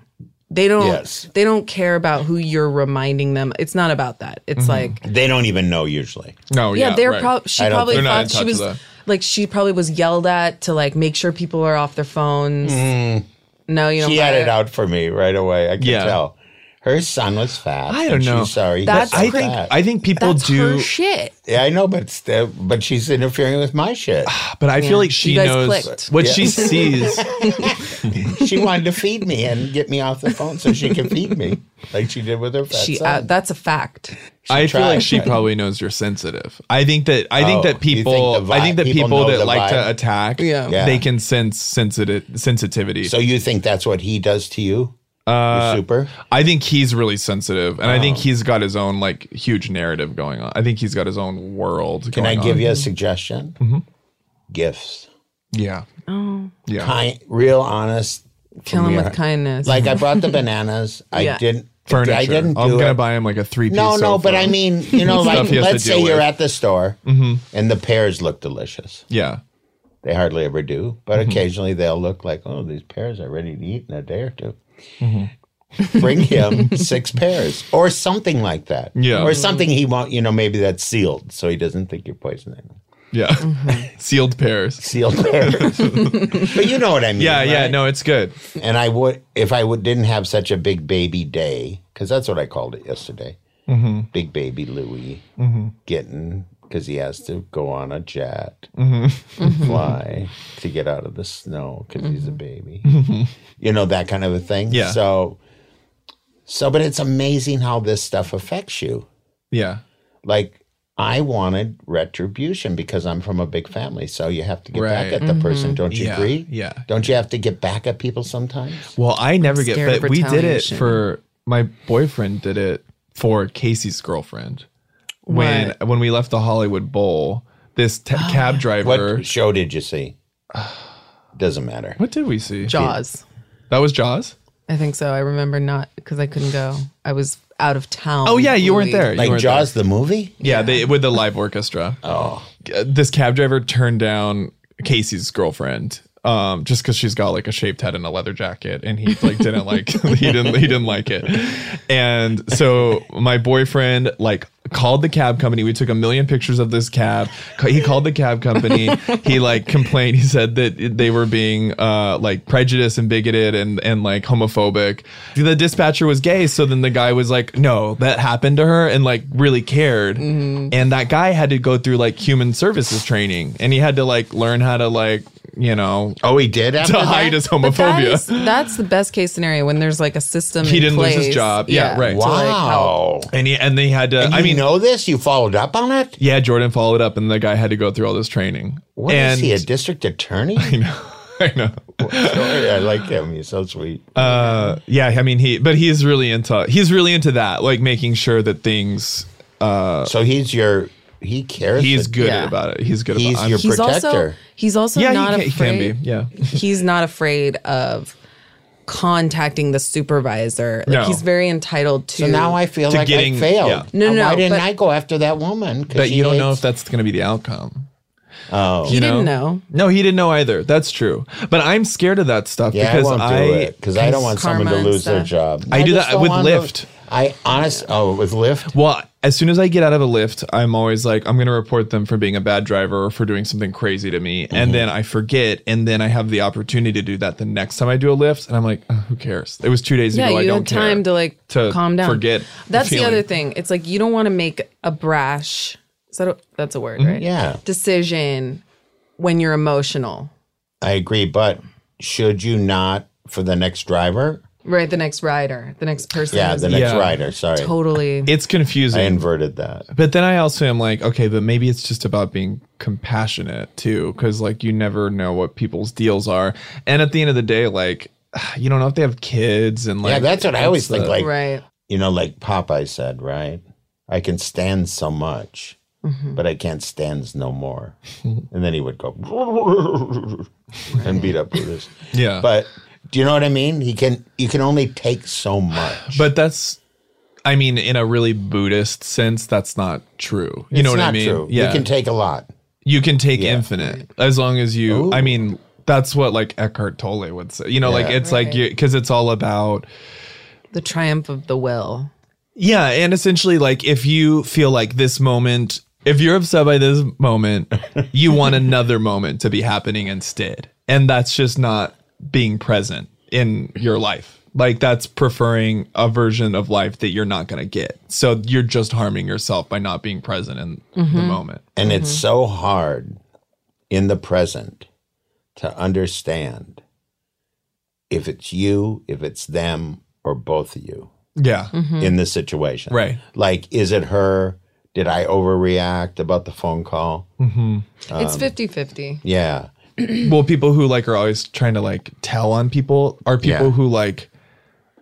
They don't.
Yes.
They don't care about who you're reminding them. It's not about that. It's like,
They don't even know usually.
No, Mm-hmm.
yeah,
yeah,
they're
right.
probably. She
I don't
probably
think-
They're not in
thought she
touch
was
with that.
like she probably was yelled at to like make sure people are off their phones.
Mm-hmm.
No, you don't.
She
buy
had
it.
it out for me right away. I can
Yeah.
tell. Her son was fat.
I don't
and
know.
She's sorry. he
That's-
was
I
so
think
fat.
I think people
That's
do,
her shit.
yeah, I know, but still, but she's interfering with my shit.
but I feel like she
guys
knows
clicked.
what
Yeah.
she sees.
she wanted to feed me and get me off the phone so she could feed me, like she did with her fat
She.
son.
Uh, that's a fact.
I feel like
tried,
she
but-
probably knows you're sensitive. I think that I think
Oh,
that
you think the
people I think
vibe-
that
people
people,
know
that
the
like
vibe?
to attack,
Yeah.
Yeah.
they can sense sensitive sensitivity.
so you think that's what he does to you? Uh, super.
I think he's really sensitive, and I think he's got his own like huge narrative going on. I think he's got his own world.
Can I
going
give
on. Mm-hmm.
you a suggestion? Gifts.
Yeah. Yeah.
Kind, real, honest.
Kill him
from
with
your-
kindn't.
Like I brought the bananas. I
Yeah.
didn't.
Furniture.
I didn't do
am
it.
gonna buy him like a three piece.
no, no, but I mean, you know,
Stuff
like
he has to
let's say
deal
you're
with. Mm-hmm.
at the store and the pears look delicious.
Yeah.
They hardly ever do, but
Mm-hmm.
occasionally they'll look like, oh, these pears are ready to eat in a day or 2
Mm-hmm.
Bring him six pears or something like that.
Yeah.
Or something he won't, you know, maybe that's sealed so he doesn't think you're poisoning him.
Yeah. Sealed pairs.
Sealed pears. but you know what I mean.
Yeah, yeah,
right?
no, it's good.
And I would, if I would, didn't have such a big baby day, because that's what I called it yesterday.
Mm-hmm.
Big baby Louis getting, because he has to go on a jet,
Mm-hmm.
fly to get out of the snow because he's a baby. You know, that kind of a thing.
Mm-hmm. Yeah.
So, so, but it's amazing how this stuff affects you.
Yeah.
Like, I wanted retribution because I'm from a big family. So you have to get
Right.
back at the person. Don't you
Yeah,
agree?
yeah.
Don't you have to get back at people sometimes?
Well, I never
scared
get
of
but we did it
retaliation.
for my boyfriend did it for Casey's girlfriend. When when we left the Hollywood Bowl, this ta cab
What
driver what?
show did you see? Doesn't matter.
did we see?
Jaws.
That was Jaws?
I think so. I remember not because I couldn't go. I was out of town.
Oh yeah, you weren't
Louis.
there. You
Like
weren't
Jaws the movie?
there. Yeah, they with the live orchestra. Oh. This cab driver turned down Casey's girlfriend. Um, just because she's got like a shaved head and a leather jacket, and he like didn't like he didn't he didn't like it, and so my boyfriend like called the cab company. We took a million pictures of this cab. Ca- He called the cab company. he like complained. He said that they were being uh, like prejudiced and bigoted and and like homophobic. The dispatcher was gay, so then the guy was like, "No, that happened to her," and like really cared.
Mm-hmm.
And that guy had to go through like human services training, and he had to like learn how to like you know
Oh, he did after
to
that?
hide his
But that is-
homophobia.
that's the best case scenario when there's like a system.
He
in
didn't lose his
place.
job. Yeah, right.
to, like, help.
Wow.
And he and they had to.
I
I
you
mean,
know this? You followed up on it?
yeah, Jordan followed up, and the guy had to go through all this training.
What is
and
he, a district attorney?
I know.
Sorry, I like him. He's so sweet.
Uh, yeah, I mean he, but he's really into he's really into that, like making sure that things.
so he's your, he cares.
He's
that-
good
Yeah.
about it. He's good.
He's
about,
your-
He's also
Protector.
he's also
yeah,
not
he, can,
afraid.
he can be. Yeah,
He's not afraid of contacting the supervisor. Like
No.
he's very entitled to.
So now I feel
To
like
getting-
I failed.
yeah.
No, no,
Why didn't
but-
I go after that woman? 'Cause
but
she
you don't know
hates- Oh.
if that's going to be the outcome.
he didn't know.
No, he didn't know either. That's true. But I'm scared of that stuff
Yeah,
because
I won't
I
do it because I don't want someone to
karma and
lose their
stuff.
job.
I do
just
that
don't
with
wanna-
Lyft.
I honest. Oh, with Lyft.
Well, as soon as I get out of a lift, I'm always like, I'm going to report them for being a bad driver or for doing something crazy to me.
Mm-hmm.
And then I forget. And then I have the opportunity to do that the next time I do a lift. And I'm like, "Oh, who cares? It was two days
Yeah,
ago. I
you
don't
had time
care."
to like
to
calm down.
forget the
That's the,
feeling.
other thing. It's like you don't want to make a brash. Is that a, that's a word, right?
Mm-hmm. Yeah.
Decision when you're emotional.
I agree, but should you not for the next driver?
Right, the next rider, the next person.
Yeah,
is
the next
Yeah.
rider. Sorry,
totally.
It's
I
confusing.
inverted that.
But then I also am like, okay, but maybe it's just about being compassionate too, because like you never know what people's deals are. And at the end of the day, like, you don't know if they have kids and like.
yeah, that's what I always think.
the-
Like
right.
you know, like Popeye said, right? I can stand so much,
Mm-hmm.
but I can't stand no more. and then he would go and beat up Brutus.
Yeah.
But do you know what I mean? He can. You can only take so much.
But that's I mean, in a really Buddhist sense, that's not true. You know
It's
what I
not
mean?
true.
Yeah.
You can take a lot.
take infinite as long as you, I mean, that's what like Eckhart Tolle would say. You know, like
Yeah.
it's like you, cause it's all about,
The triumph of the will.
yeah. And essentially, like if you feel like this moment, if you're upset by this moment, you want another moment to be happening instead. And that's just not being present in your life. Like that's preferring a version of life that you're not going to get. So you're just harming yourself by not being present in the moment.
And it's
Mm-hmm.
so hard in the present to understand if it's you, if it's them, or both of you
Yeah.
in this situation.
Mm-hmm. Right.
Like, is it her? Did I overreact about the phone call?
Mm.
it's
Um,
50 50.
Yeah.
Well, people who like are always trying to like tell on people are people
Yeah.
who like,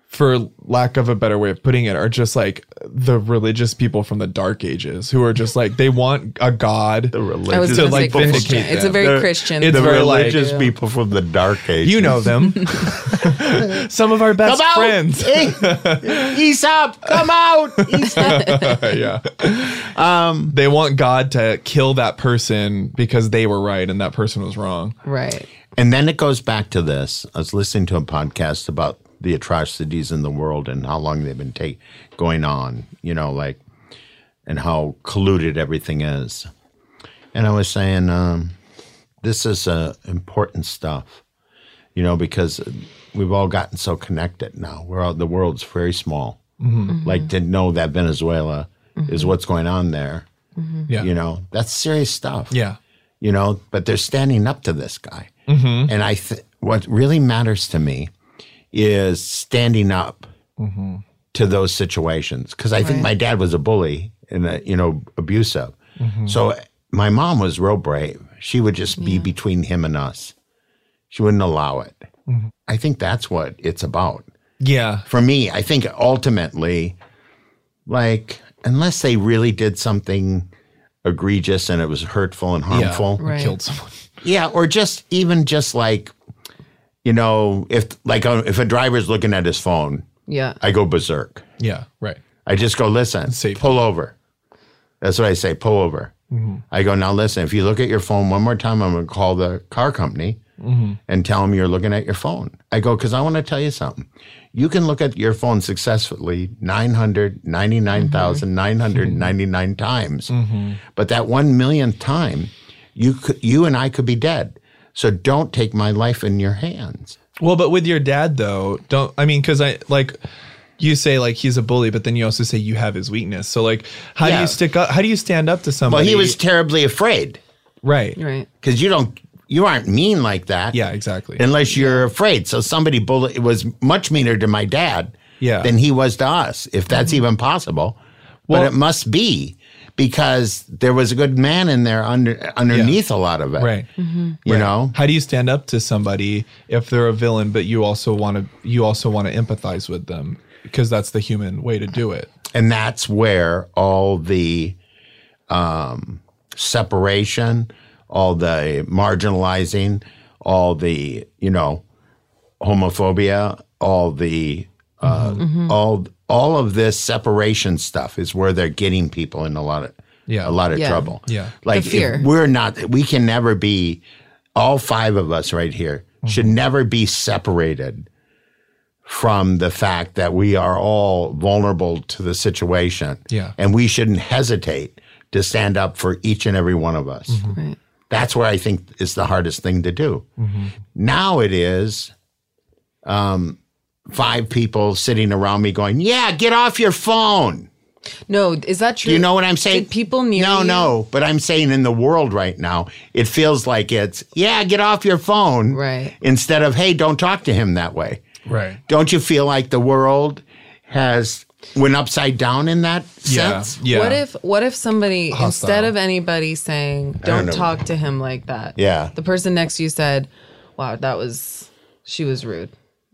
for lack of a better way of putting it, are just like the religious people from the dark ages who are just like they want a god.
The
I
religious
was
to,
going to
like,
say Christian.
vindicate
It's a
them.
very
The-
Christian.
it's
the
very, like-
religious people from the dark ages.
you know them. Some of our best friends.
Aesop, come out.
yeah. Um, they want God to kill that person because they were right and that person was wrong.
right.
And then it goes back to this. I was listening to a podcast about the atrocities in the world and how long they've been take, going on, you know, like, and how colluded everything is. And I was saying, um, this is uh, important stuff, you know, because we've all gotten so connected now. We're all, the world's very small. Like to know that Venezuela is what's going on there,
Yeah.
you know, that's serious stuff
Yeah.
you know but they're standing up to this guy and i th- what really matters to me is standing up to those situations because i think my dad was a bully and a, you know abusive so uh, my mom was real brave she would just be between him and us she wouldn't allow it i think that's what it's about
Yeah.
for me, I think ultimately, like, unless they really did something egregious and it was hurtful and harmful. Yeah.
Right.
Killed someone.
or just even just like, you know, if like uh, if a driver's looking at his phone,
Yeah.
I go berserk.
Yeah. Right.
I just go, listen,
Safety.
pull over. That's what I say, pull over. I go, now listen, if you look at your phone one more time, I'm going to call the car company and tell them you're looking at your phone. I go, because I want to tell you something. You can look at your phone successfully 999,999 times, but that one millionth time, you, could, you and I could be dead. So don't take my life in your hands.
Well, but with your dad though, don't I mean cuz I like you say like he's a bully, but then you also say you have his weakness. So like how do
Yeah.
you stick up how do you stand up to
Well,
somebody?
he was terribly afraid
right.
Right.
because you don't, you aren't mean like that.
Yeah, exactly.
unless you're afraid. So somebody bully it was much meaner to my dad
Yeah.
than he was to us, if that's even possible.
Well-
but it must be because there was a good man in there under underneath a lot of it.
right.
Mm-hmm.
You know?
How do you stand up to somebody if they're a villain but you also want to you also want to empathize with them because that's the human way to do it.
And that's where all the um, separation, all the marginalizing, all the, you know, homophobia, all the uh,
Mm-hmm.
all all of this separation stuff is where they're getting people in a lot of
Yeah.
a lot of
Yeah.
trouble.
Yeah.
like
The
if
fear.
we're not we can never be all five of us right here
Mm-hmm.
should never be separated from the fact that we are all vulnerable to the situation.
Yeah.
and we shouldn't hesitate to stand up for each and every one of us.
Right.
That's where I think is the hardest thing to do. Now it is um, five people sitting around me going, Yeah, get off your phone.
No, is that true?
Do you know what I'm saying?
Did people near
No,
you-
no. But I'm saying in the world right now, it feels like it's, Yeah, get off your phone.
Right.
Instead of, Hey, don't talk to him that way.
Right.
Don't you feel like the world has went upside down in that
Yeah.
sense?
Yeah.
What if what if somebody instead
Hostile.
of anybody saying don't
know.
talk to him like that?
Yeah.
The person next to you said, "Wow, that was she was rude.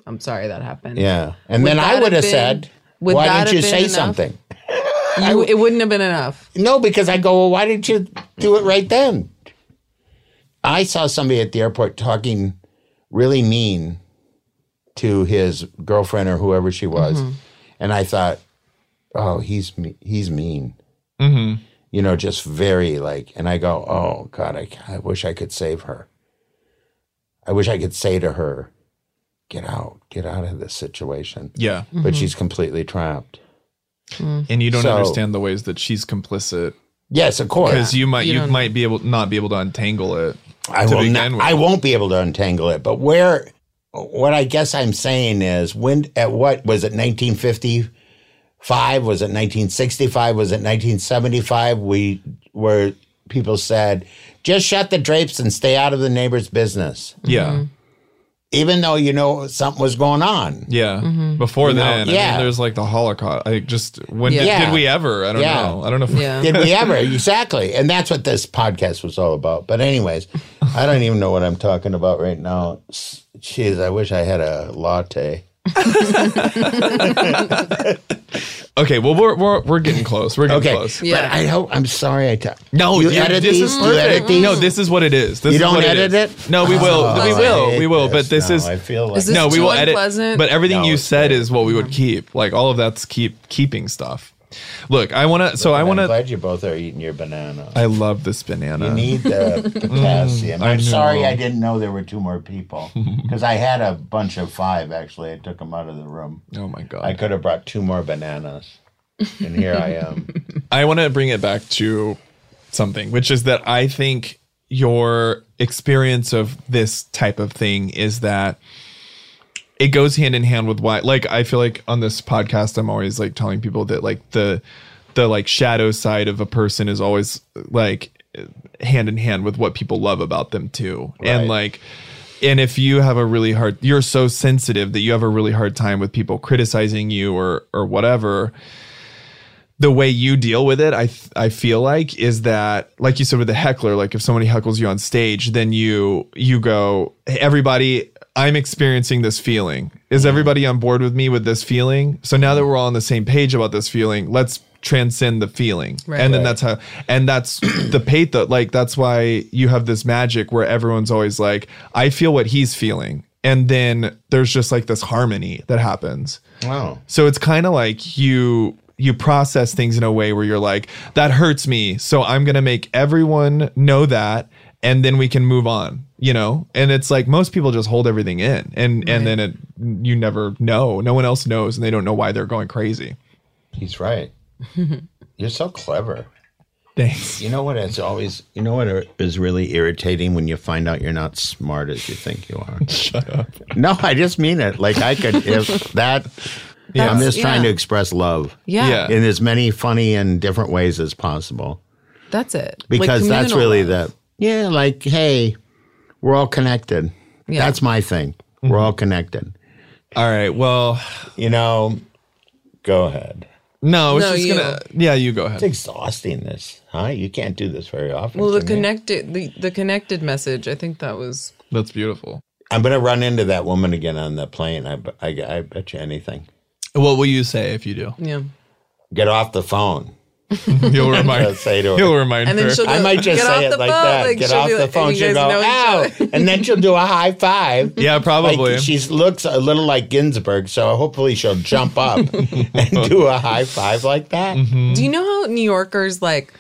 I'm sorry that happened."
Yeah. And then
Would
I
that
would have
have been-
said,
would that
Why
have
didn't you
been
say
enough?
something?
You- it wouldn't have been enough.
No, because I go, well, why didn't you do it right then? I saw somebody at the airport talking really mean to his girlfriend or whoever she was. And I thought, oh, he's me- he's mean.
hmm
You know, just very like, and I go, oh God, I, I wish I could save her. I wish I could say to her, get out, get out of this situation.
Yeah.
Mm-hmm.
But she's completely trapped.
And you don't
So-
understand the ways that she's complicit
Yes, of course.
because you might
You
you,
don't-
might be able not be able to untangle it.
I
to
will
begin
not,
with.
I won't be able to untangle it. But where, what I guess I'm saying is, when at what was it 1955? Was it 1965? Was it 1975? We where people said, just shut the drapes and stay out of the neighbor's business,
Yeah.
Mm-hmm.
even though you know something was going on.
Yeah. Before
You know,
then, I
yeah.
mean, there's like the Holocaust. I just when did,
Yeah.
did we ever? I don't
Yeah.
know. I don't know. If
Yeah.
Did we ever? exactly. And that's what this podcast was all about. But, anyways, I don't even know what I'm talking about right now. S- Jeez, I wish I had a latte.
Okay. Well, we're we're we're getting close. We're getting
Okay.
close.
Yeah.
But I hope I'm sorry I talk.
No,
you
you-
edit
this
these.
is
you edit these.
No, this is what it is. This
You
is
don't
what
edit
is.
it?
No, we will.
Oh,
we
I
will. We
hate
will. But this
No,
is
I feel like
Is this
no, we
too
will edit.
unpleasant?
But everything
No,
you
it's
said is what we would keep. Like all of that's keep keeping stuff. Look, I want to. So I
I'm
want to.
glad you both are eating your banana.
I love this banana.
you need the potassium.
I
I'm
know.
sorry I didn't know there were two more people because I had a bunch of five actually. I took them out of the room.
oh my god.
I could have brought two more bananas, and here I am.
I want to bring it back to something, which is that I think your experience of this type of thing is that it goes hand in hand with why like I feel like on this podcast I'm always like telling people that like the the like shadow side of a person is always like hand in hand with what people love about them too. And like and if you have a really hard you're so sensitive that you have a really hard time with people criticizing you or or whatever the way you deal with it, I th- I feel like is that like you said with the heckler, like if somebody heckles you on stage, then you you go, hey, everybody, I'm experiencing this feeling. Is everybody on board with me with this feeling? So now that we're all on the same page about this feeling, let's transcend the feeling. And then that's how and that's the pathos. Like that's why you have this magic where everyone's always like, I feel what he's feeling. And then there's just like this harmony that happens.
Wow.
So it's kind of like you you process things in a way where you're like, that hurts me, so I'm gonna make everyone know that, and then we can move on. You know, and it's like most people just hold everything in, and and then it you never know. No one else knows, and they don't know why they're going crazy.
He's right. You're so clever.
Thanks.
You know what? It's always you know what is really irritating when you find out you're not smart as you think you are.
Shut up.
No, I just mean it. Like I could if that. I'm just trying to
yeah.
express love
Yeah,
Yeah.
in as many funny and different ways as possible
that's it. Like
because that's
communal
really
love.
the yeah. Like hey, we're all connected.
Yeah. Mm-hmm.
That's my thing. We're all connected.
All right. Well,
You know. Go ahead.
no, it's
No,
just
you.
gonna. Yeah, you go
It's
ahead.
exhausting. This, huh? You can't do this very often.
well, the
can you?
connected the, the connected message. I think that was
That's beautiful.
I'm gonna run into that woman again on the plane. I, b- I- I bet you anything.
What will you say if you do?
yeah.
Get off the phone.
You'll
I'll
remind.
say to her.
You'll remind
And
her.
then she'll go,
I might just
get off
say it
the
like
phone.
that.
Like,
Get
she'll
off
be
the
like,
phone.
and you
She'll
guys
go,
know each
ow.
other.
and then she'll do a high five.
yeah, probably.
Like she looks a little like Ginsburg, so hopefully she'll jump up and do a high five like that.
Mm-hmm.
Do you know how New Yorkers like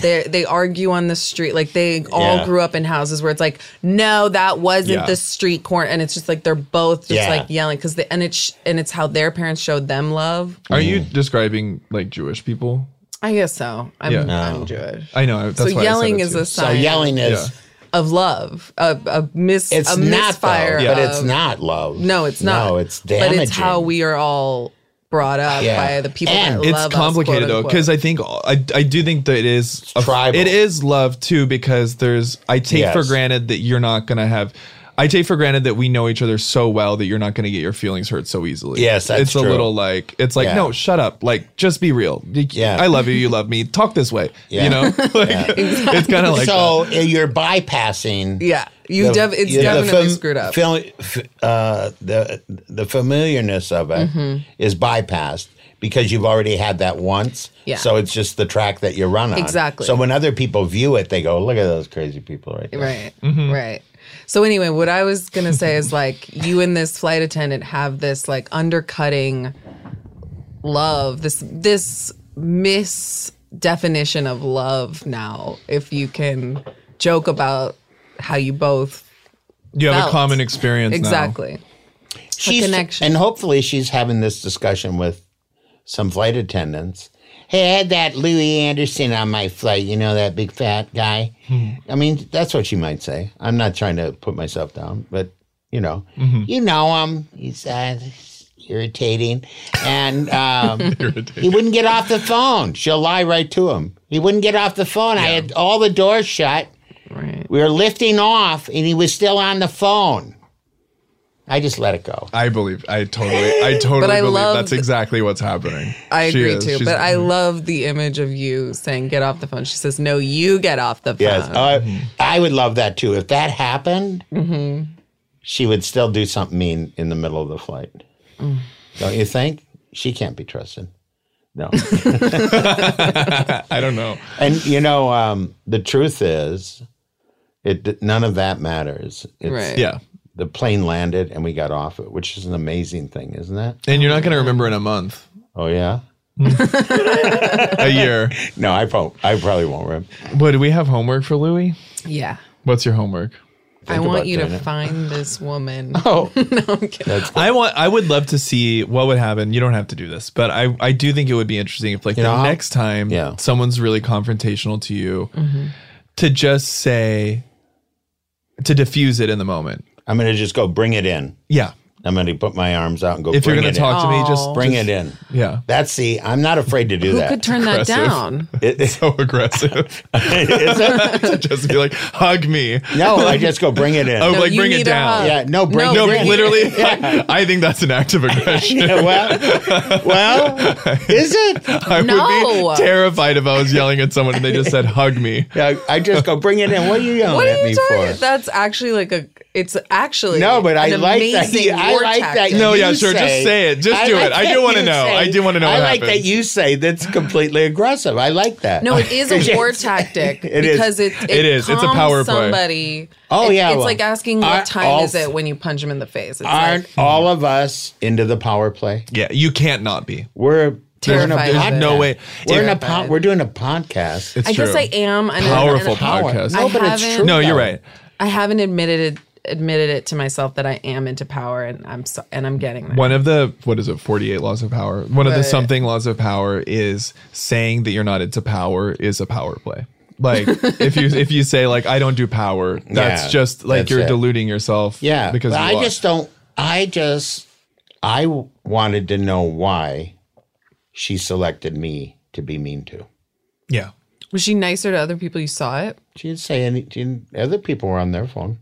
they they argue on the street? Like they all
Yeah.
grew up in houses where it's like, no, that wasn't
Yeah.
the street corner, and it's just like they're both just
Yeah.
like yelling because they and it's and it's how their parents showed them love.
Are you describing like Jewish people?
I guess so. I'm,
Yeah.
I'm Jewish.
I know. That's
so
why I said
yelling
it
is
too.
a
So
sign
yelling is
of love, a, a miss,
it's
a
not
misfire.
though, but
of-
it's not love.
No, it's not.
No, it's
But
damaging.
it's how we are all brought up
Yeah.
by the people
And
that love
it's complicated though because i think I, I do think that it is a-
tribal.
it is love too because there's i take for
Yes.
granted that you're not gonna have I take for granted that we know each other so well that you're not going to get your feelings hurt so easily.
Yes, that's
it's a
true.
little like it's like
Yeah.
no, shut up, like just be real. You-
Yeah.
I love you, you love me. Talk this way,
Yeah.
you know. Like, It's kind of like
so you're bypassing.
yeah, you
the-
dev- it's
yeah, the
definitely
fam-
screwed up.
fam- f- uh, the the familiarness of it is
Mm-hmm.
bypassed because you've already had that once.
Yeah.
So it's just the track that you run on.
Exactly.
So when other people view it, they go, "Look at those crazy people right there."
Right. Right. So anyway, what I was gonna say is like you and this flight attendant have this like undercutting love this this misdefinition of love now. If you can joke about how you both
You have
Felt.
a common experience. now.
exactly
she's
connection.
and hopefully she's having this discussion with some flight attendants. Hey, I had that Louis Anderson on my flight. You know that big fat guy. I mean, that's what she might say. I'm not trying to put myself down, but you know, you know him. He's uh, irritating, and um, he wouldn't get off the phone. She'll lie right to him. He wouldn't get off the phone. I had all the doors shut.
right.
We were lifting off, and he was still on the phone. I just let it go.
I believe. I totally. I totally
I
believe
love-
that's exactly what's happening.
I
She
agree
is.
too,
She's-
but I love the image of you saying "get off the phone." She says, "No, you get off the phone."
Yes,
mm-hmm.
I, I would love that too. If that happened, she would still do something mean in the middle of the flight.
Mm.
Don't you think? She can't be trusted. No.
I don't know.
and you know, um, the truth is, it none of that matters. It's,
Right.
Yeah,
The plane landed and we got off it, which is an amazing thing, isn't it?
and you're not going to remember in a month,
Oh yeah.
a year.
No, I probably I probably won't remember.
What do we have homework for Louis?
yeah.
What's your homework?
I want
about
you to
doing it.
find this woman.
Oh,
I want. I would love to see what would happen. You don't have to do this, but I. I do think it would be interesting if, like,
You
the
know how-
next time
Yeah.
someone's really confrontational to you, to just say, to diffuse it in the moment.
I'm gonna just go bring it in.
Yeah.
I'm gonna put my arms out and go.
If
bring
you're going
it
to talk to me, just
in. bring
just-
it in.
Yeah.
That's see, I'm not afraid to do
Who
that.
could turn
Aggressive.
that down?
It- it-
So aggressive.
is it?
to just be like, hug me.
No, I just go bring it in.
Oh, like
you
bring
need
it
a
down.
hug.
yeah, no,
No,
bring
No,
it
bring
in.
literally. I, I think that's an act of aggression.
Yeah, well, well, is it?
I
No.
would be terrified if I was yelling at someone and they just said, hug me.
Yeah, I just go bring it in. What are you yelling
What
at
are
me
you
for?
talking? That's actually like a. It's actually
No, but I
an
like that.
amazing
You, I
war
like that.
tactic.
No,
you
yeah, sure, just say it. Just do it. I
that
do wanna
you
know. I do wanna know
I
what
like that
happens.
you say that's completely aggressive. I like that.
No, it is a war tactic
It is.
because it, it,
It is. It's a
calms
power play.
somebody.
Oh,
It-
yeah,
it's
well,
like asking what
aren't
time
all-
is it when you punch him in the face. It's
Aren't
like,
all of us into the power play?
Yeah, you can't not be.
We're we're in a
Terrified of
podcast.
it.
No way.
We're in a
Terrified.
po- we're doing a podcast.
It's
I
true.
guess I am an
Powerful
an-
power. podcast.
No,
I
but it's
haven't-
true.
No, you're
though.
right.
I haven't admitted it admitted it to myself that I am into power and I'm so, and I'm getting there.
One of the, what is it, 48 laws of power? One of the
Right.
something laws of power is saying that you're not into power is a power play. Like if you if you say like I don't do power, that's
Yeah,
just like
that's
you're
it.
deluding yourself.
Yeah,
because
but
you
I
are.
just don't. I just I w- wanted to know why she selected me to be mean to.
yeah.
Was she nicer to other people you saw it?
She didn't say any. She didn't, other people were on their phone.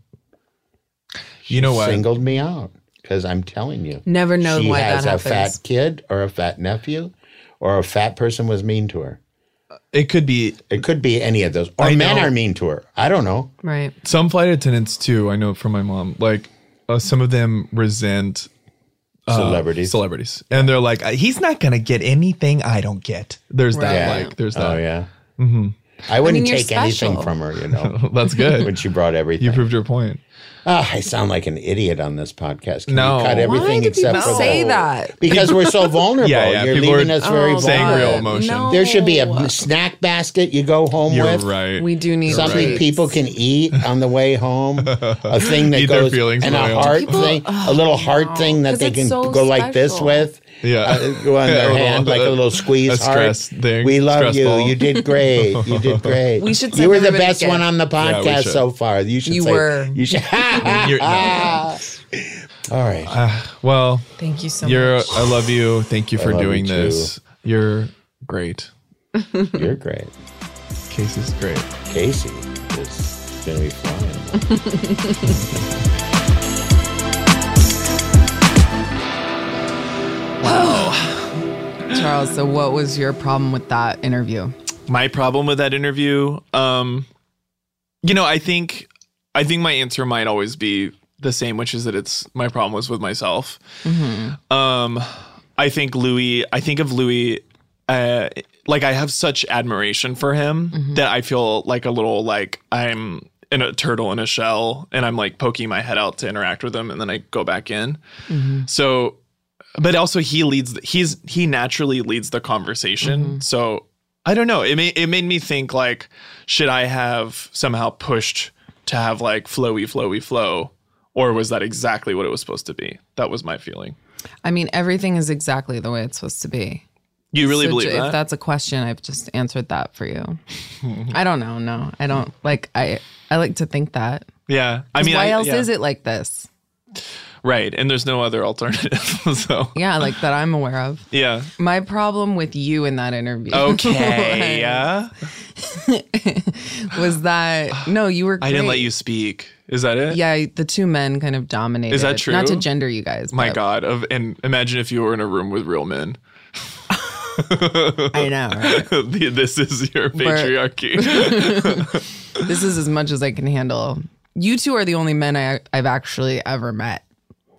You know what?
Singled me out because I'm telling you,
Never known
she
why
has
that
a fat
happens.
kid or a fat nephew or a fat person was mean to her.
It could be
It could be any of those. Or
I
men
know.
are mean to her. I don't know.
Right.
some flight attendants too. I know from my mom. Like uh, some of them resent Uh,
Celebrities.
celebrities, and they're like, "Uh, "He's not gonna get anything I don't get." There's that.
Yeah.
Like there's that. Mm-hmm.
oh yeah. I wouldn't
you're
take anything
special.
from her. You know,
That's
when
good.
she brought everything.
you proved your point.
Ah, I sound like an idiot on this podcast. Can
No.
you cut everything
do
except
people
for
say that?
Because we're so vulnerable.
Yeah, yeah,
You're
people
leaving
are
us very
Oh,
saying
God.
vulnerable.
real emotion.
No.
There should be a snack basket you go home
You're
with.
right.
We do need
Something
treats.
people can eat on the way home, a thing that
Eat their
goes
feelings
and a
boiled.
heart
People-
thing, a little heart thing that
'Cause
they
it's
can
so
go like this
special.
with.
Yeah.
uh, go on
Yeah,
their
a little-
hand, like a little squeeze
a
heart.
stress thing,
We love
stress
you.
ball.
You did great. You did great.
We should
You
send
were the
everybody
best
a
one
gift.
on the podcast
should.
so far. You should.
You
say-
were.
You should.
You're- no. Uh,
All right.
Well,
Thank you so
you're.
much.
I love you. Thank you for
love you
doing
too.
this. You're great.
You're great.
Casey's great.
Casey is going to be flying.
Charles, so what was your problem with that interview?
my problem with that interview um you know i think i think my answer might always be the same which is that it's my problem was with myself um i think louis i think of louis uh like i have such admiration for him that i feel like a little like i'm in a turtle in a shell and i'm like poking my head out to interact with him and then i go back in so but also he leads he's he naturally leads the conversation so i don't know it made it made me think like should i have somehow pushed to have like flowy flowy flow or was that exactly what it was supposed to be that was my feeling
I mean, everything is exactly the way it's supposed to be.
you really
So
believe
j- if
that
that's a question, I've just answered that for you. I don't know. No, I don't like. I I like to think that.
yeah i mean
why
I-
else
yeah.
is it like this?
right and there's no other alternative so
Yeah, like that I'm aware of.
yeah
My problem with you in that interview.
okay yeah
was that no? You were.
i didn't let
great.
you speak is that it
Yeah, the two men kind of dominated.
Is that true?
Not to gender you guys.
my
but
god of and imagine if you were in a room with real men
I know. right?
The- this is your patriarchy
this is as much as I can handle. You two are the only men I, I've actually ever met.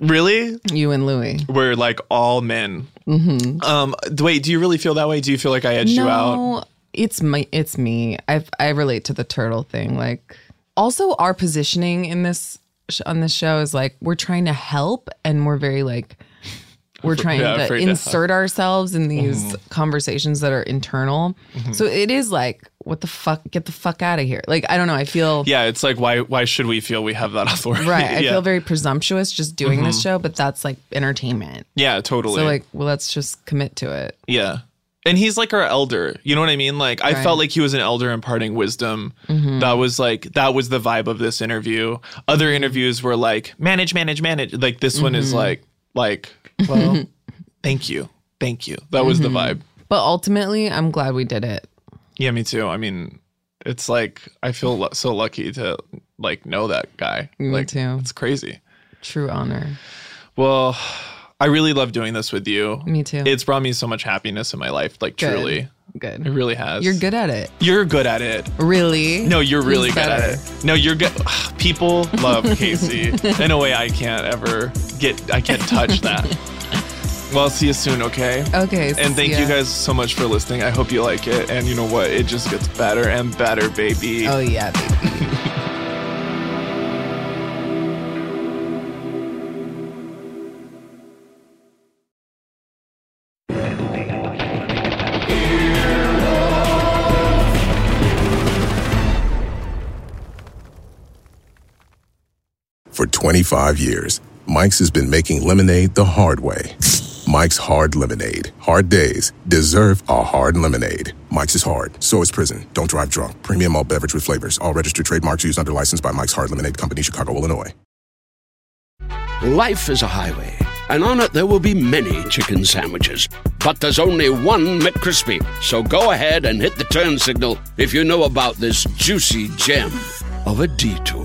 really
You and Louis.
we're like all men um d- wait do you really feel that way do you feel like i edged you out
Mm-hmm. No, it's my it's me. I I relate to the turtle thing. Like also our positioning in this sh- on this show is like we're trying to help and we're very like we're trying
yeah,
to
afraid to Mm-hmm.
insert ourselves in these conversations that are internal. So it is like what the fuck get the fuck out of here. Like I don't know, I feel
yeah it's like why why should we feel we have that authority
right. I
yeah. Mm-hmm.
feel very presumptuous just doing this show, but that's like entertainment.
yeah totally
So like, well let's just commit to it.
yeah and he's like our elder you know what i mean like i felt like he was an elder imparting wisdom
Mm-hmm.
that was like that was the vibe of this interview other interviews were like manage manage manage like this one
Mm-hmm.
is like like well thank you thank you that was
Mm-hmm.
the vibe
But ultimately, I'm glad we did it.
Yeah, me too. I mean, it's like I feel lu- so lucky to like know that guy.
Me
like,
too.
It's crazy.
True honor.
Well, I really love doing this with you.
Me too.
It's brought me so much happiness in my life. Like
Good.
truly, it
Good.
really has.
You're good at it.
You're good at it.
Really?
No, you're
Who's
really good at
better?
it. No, you're good. People love Casey in a way I can't ever get. I can't touch that. Well, see you soon, okay?
Okay.
And thank
see
you
ya.
guys so much for listening. I hope you like it. And you know what? It just gets better and better, baby.
Oh yeah, baby.
For 25 years, Mike's has been making lemonade the hard way. Mike's Hard Lemonade. Hard days deserve a hard lemonade. Mike's is hard, so is prison. Don't drive drunk. Premium all beverage with flavors. All registered trademarks used under license by Mike's Hard Lemonade Company, Chicago, Illinois.
Life is a highway, and on it there will be many chicken sandwiches. But there's only one McCrispy. So go ahead and hit the turn signal if you know about this juicy gem of a detour.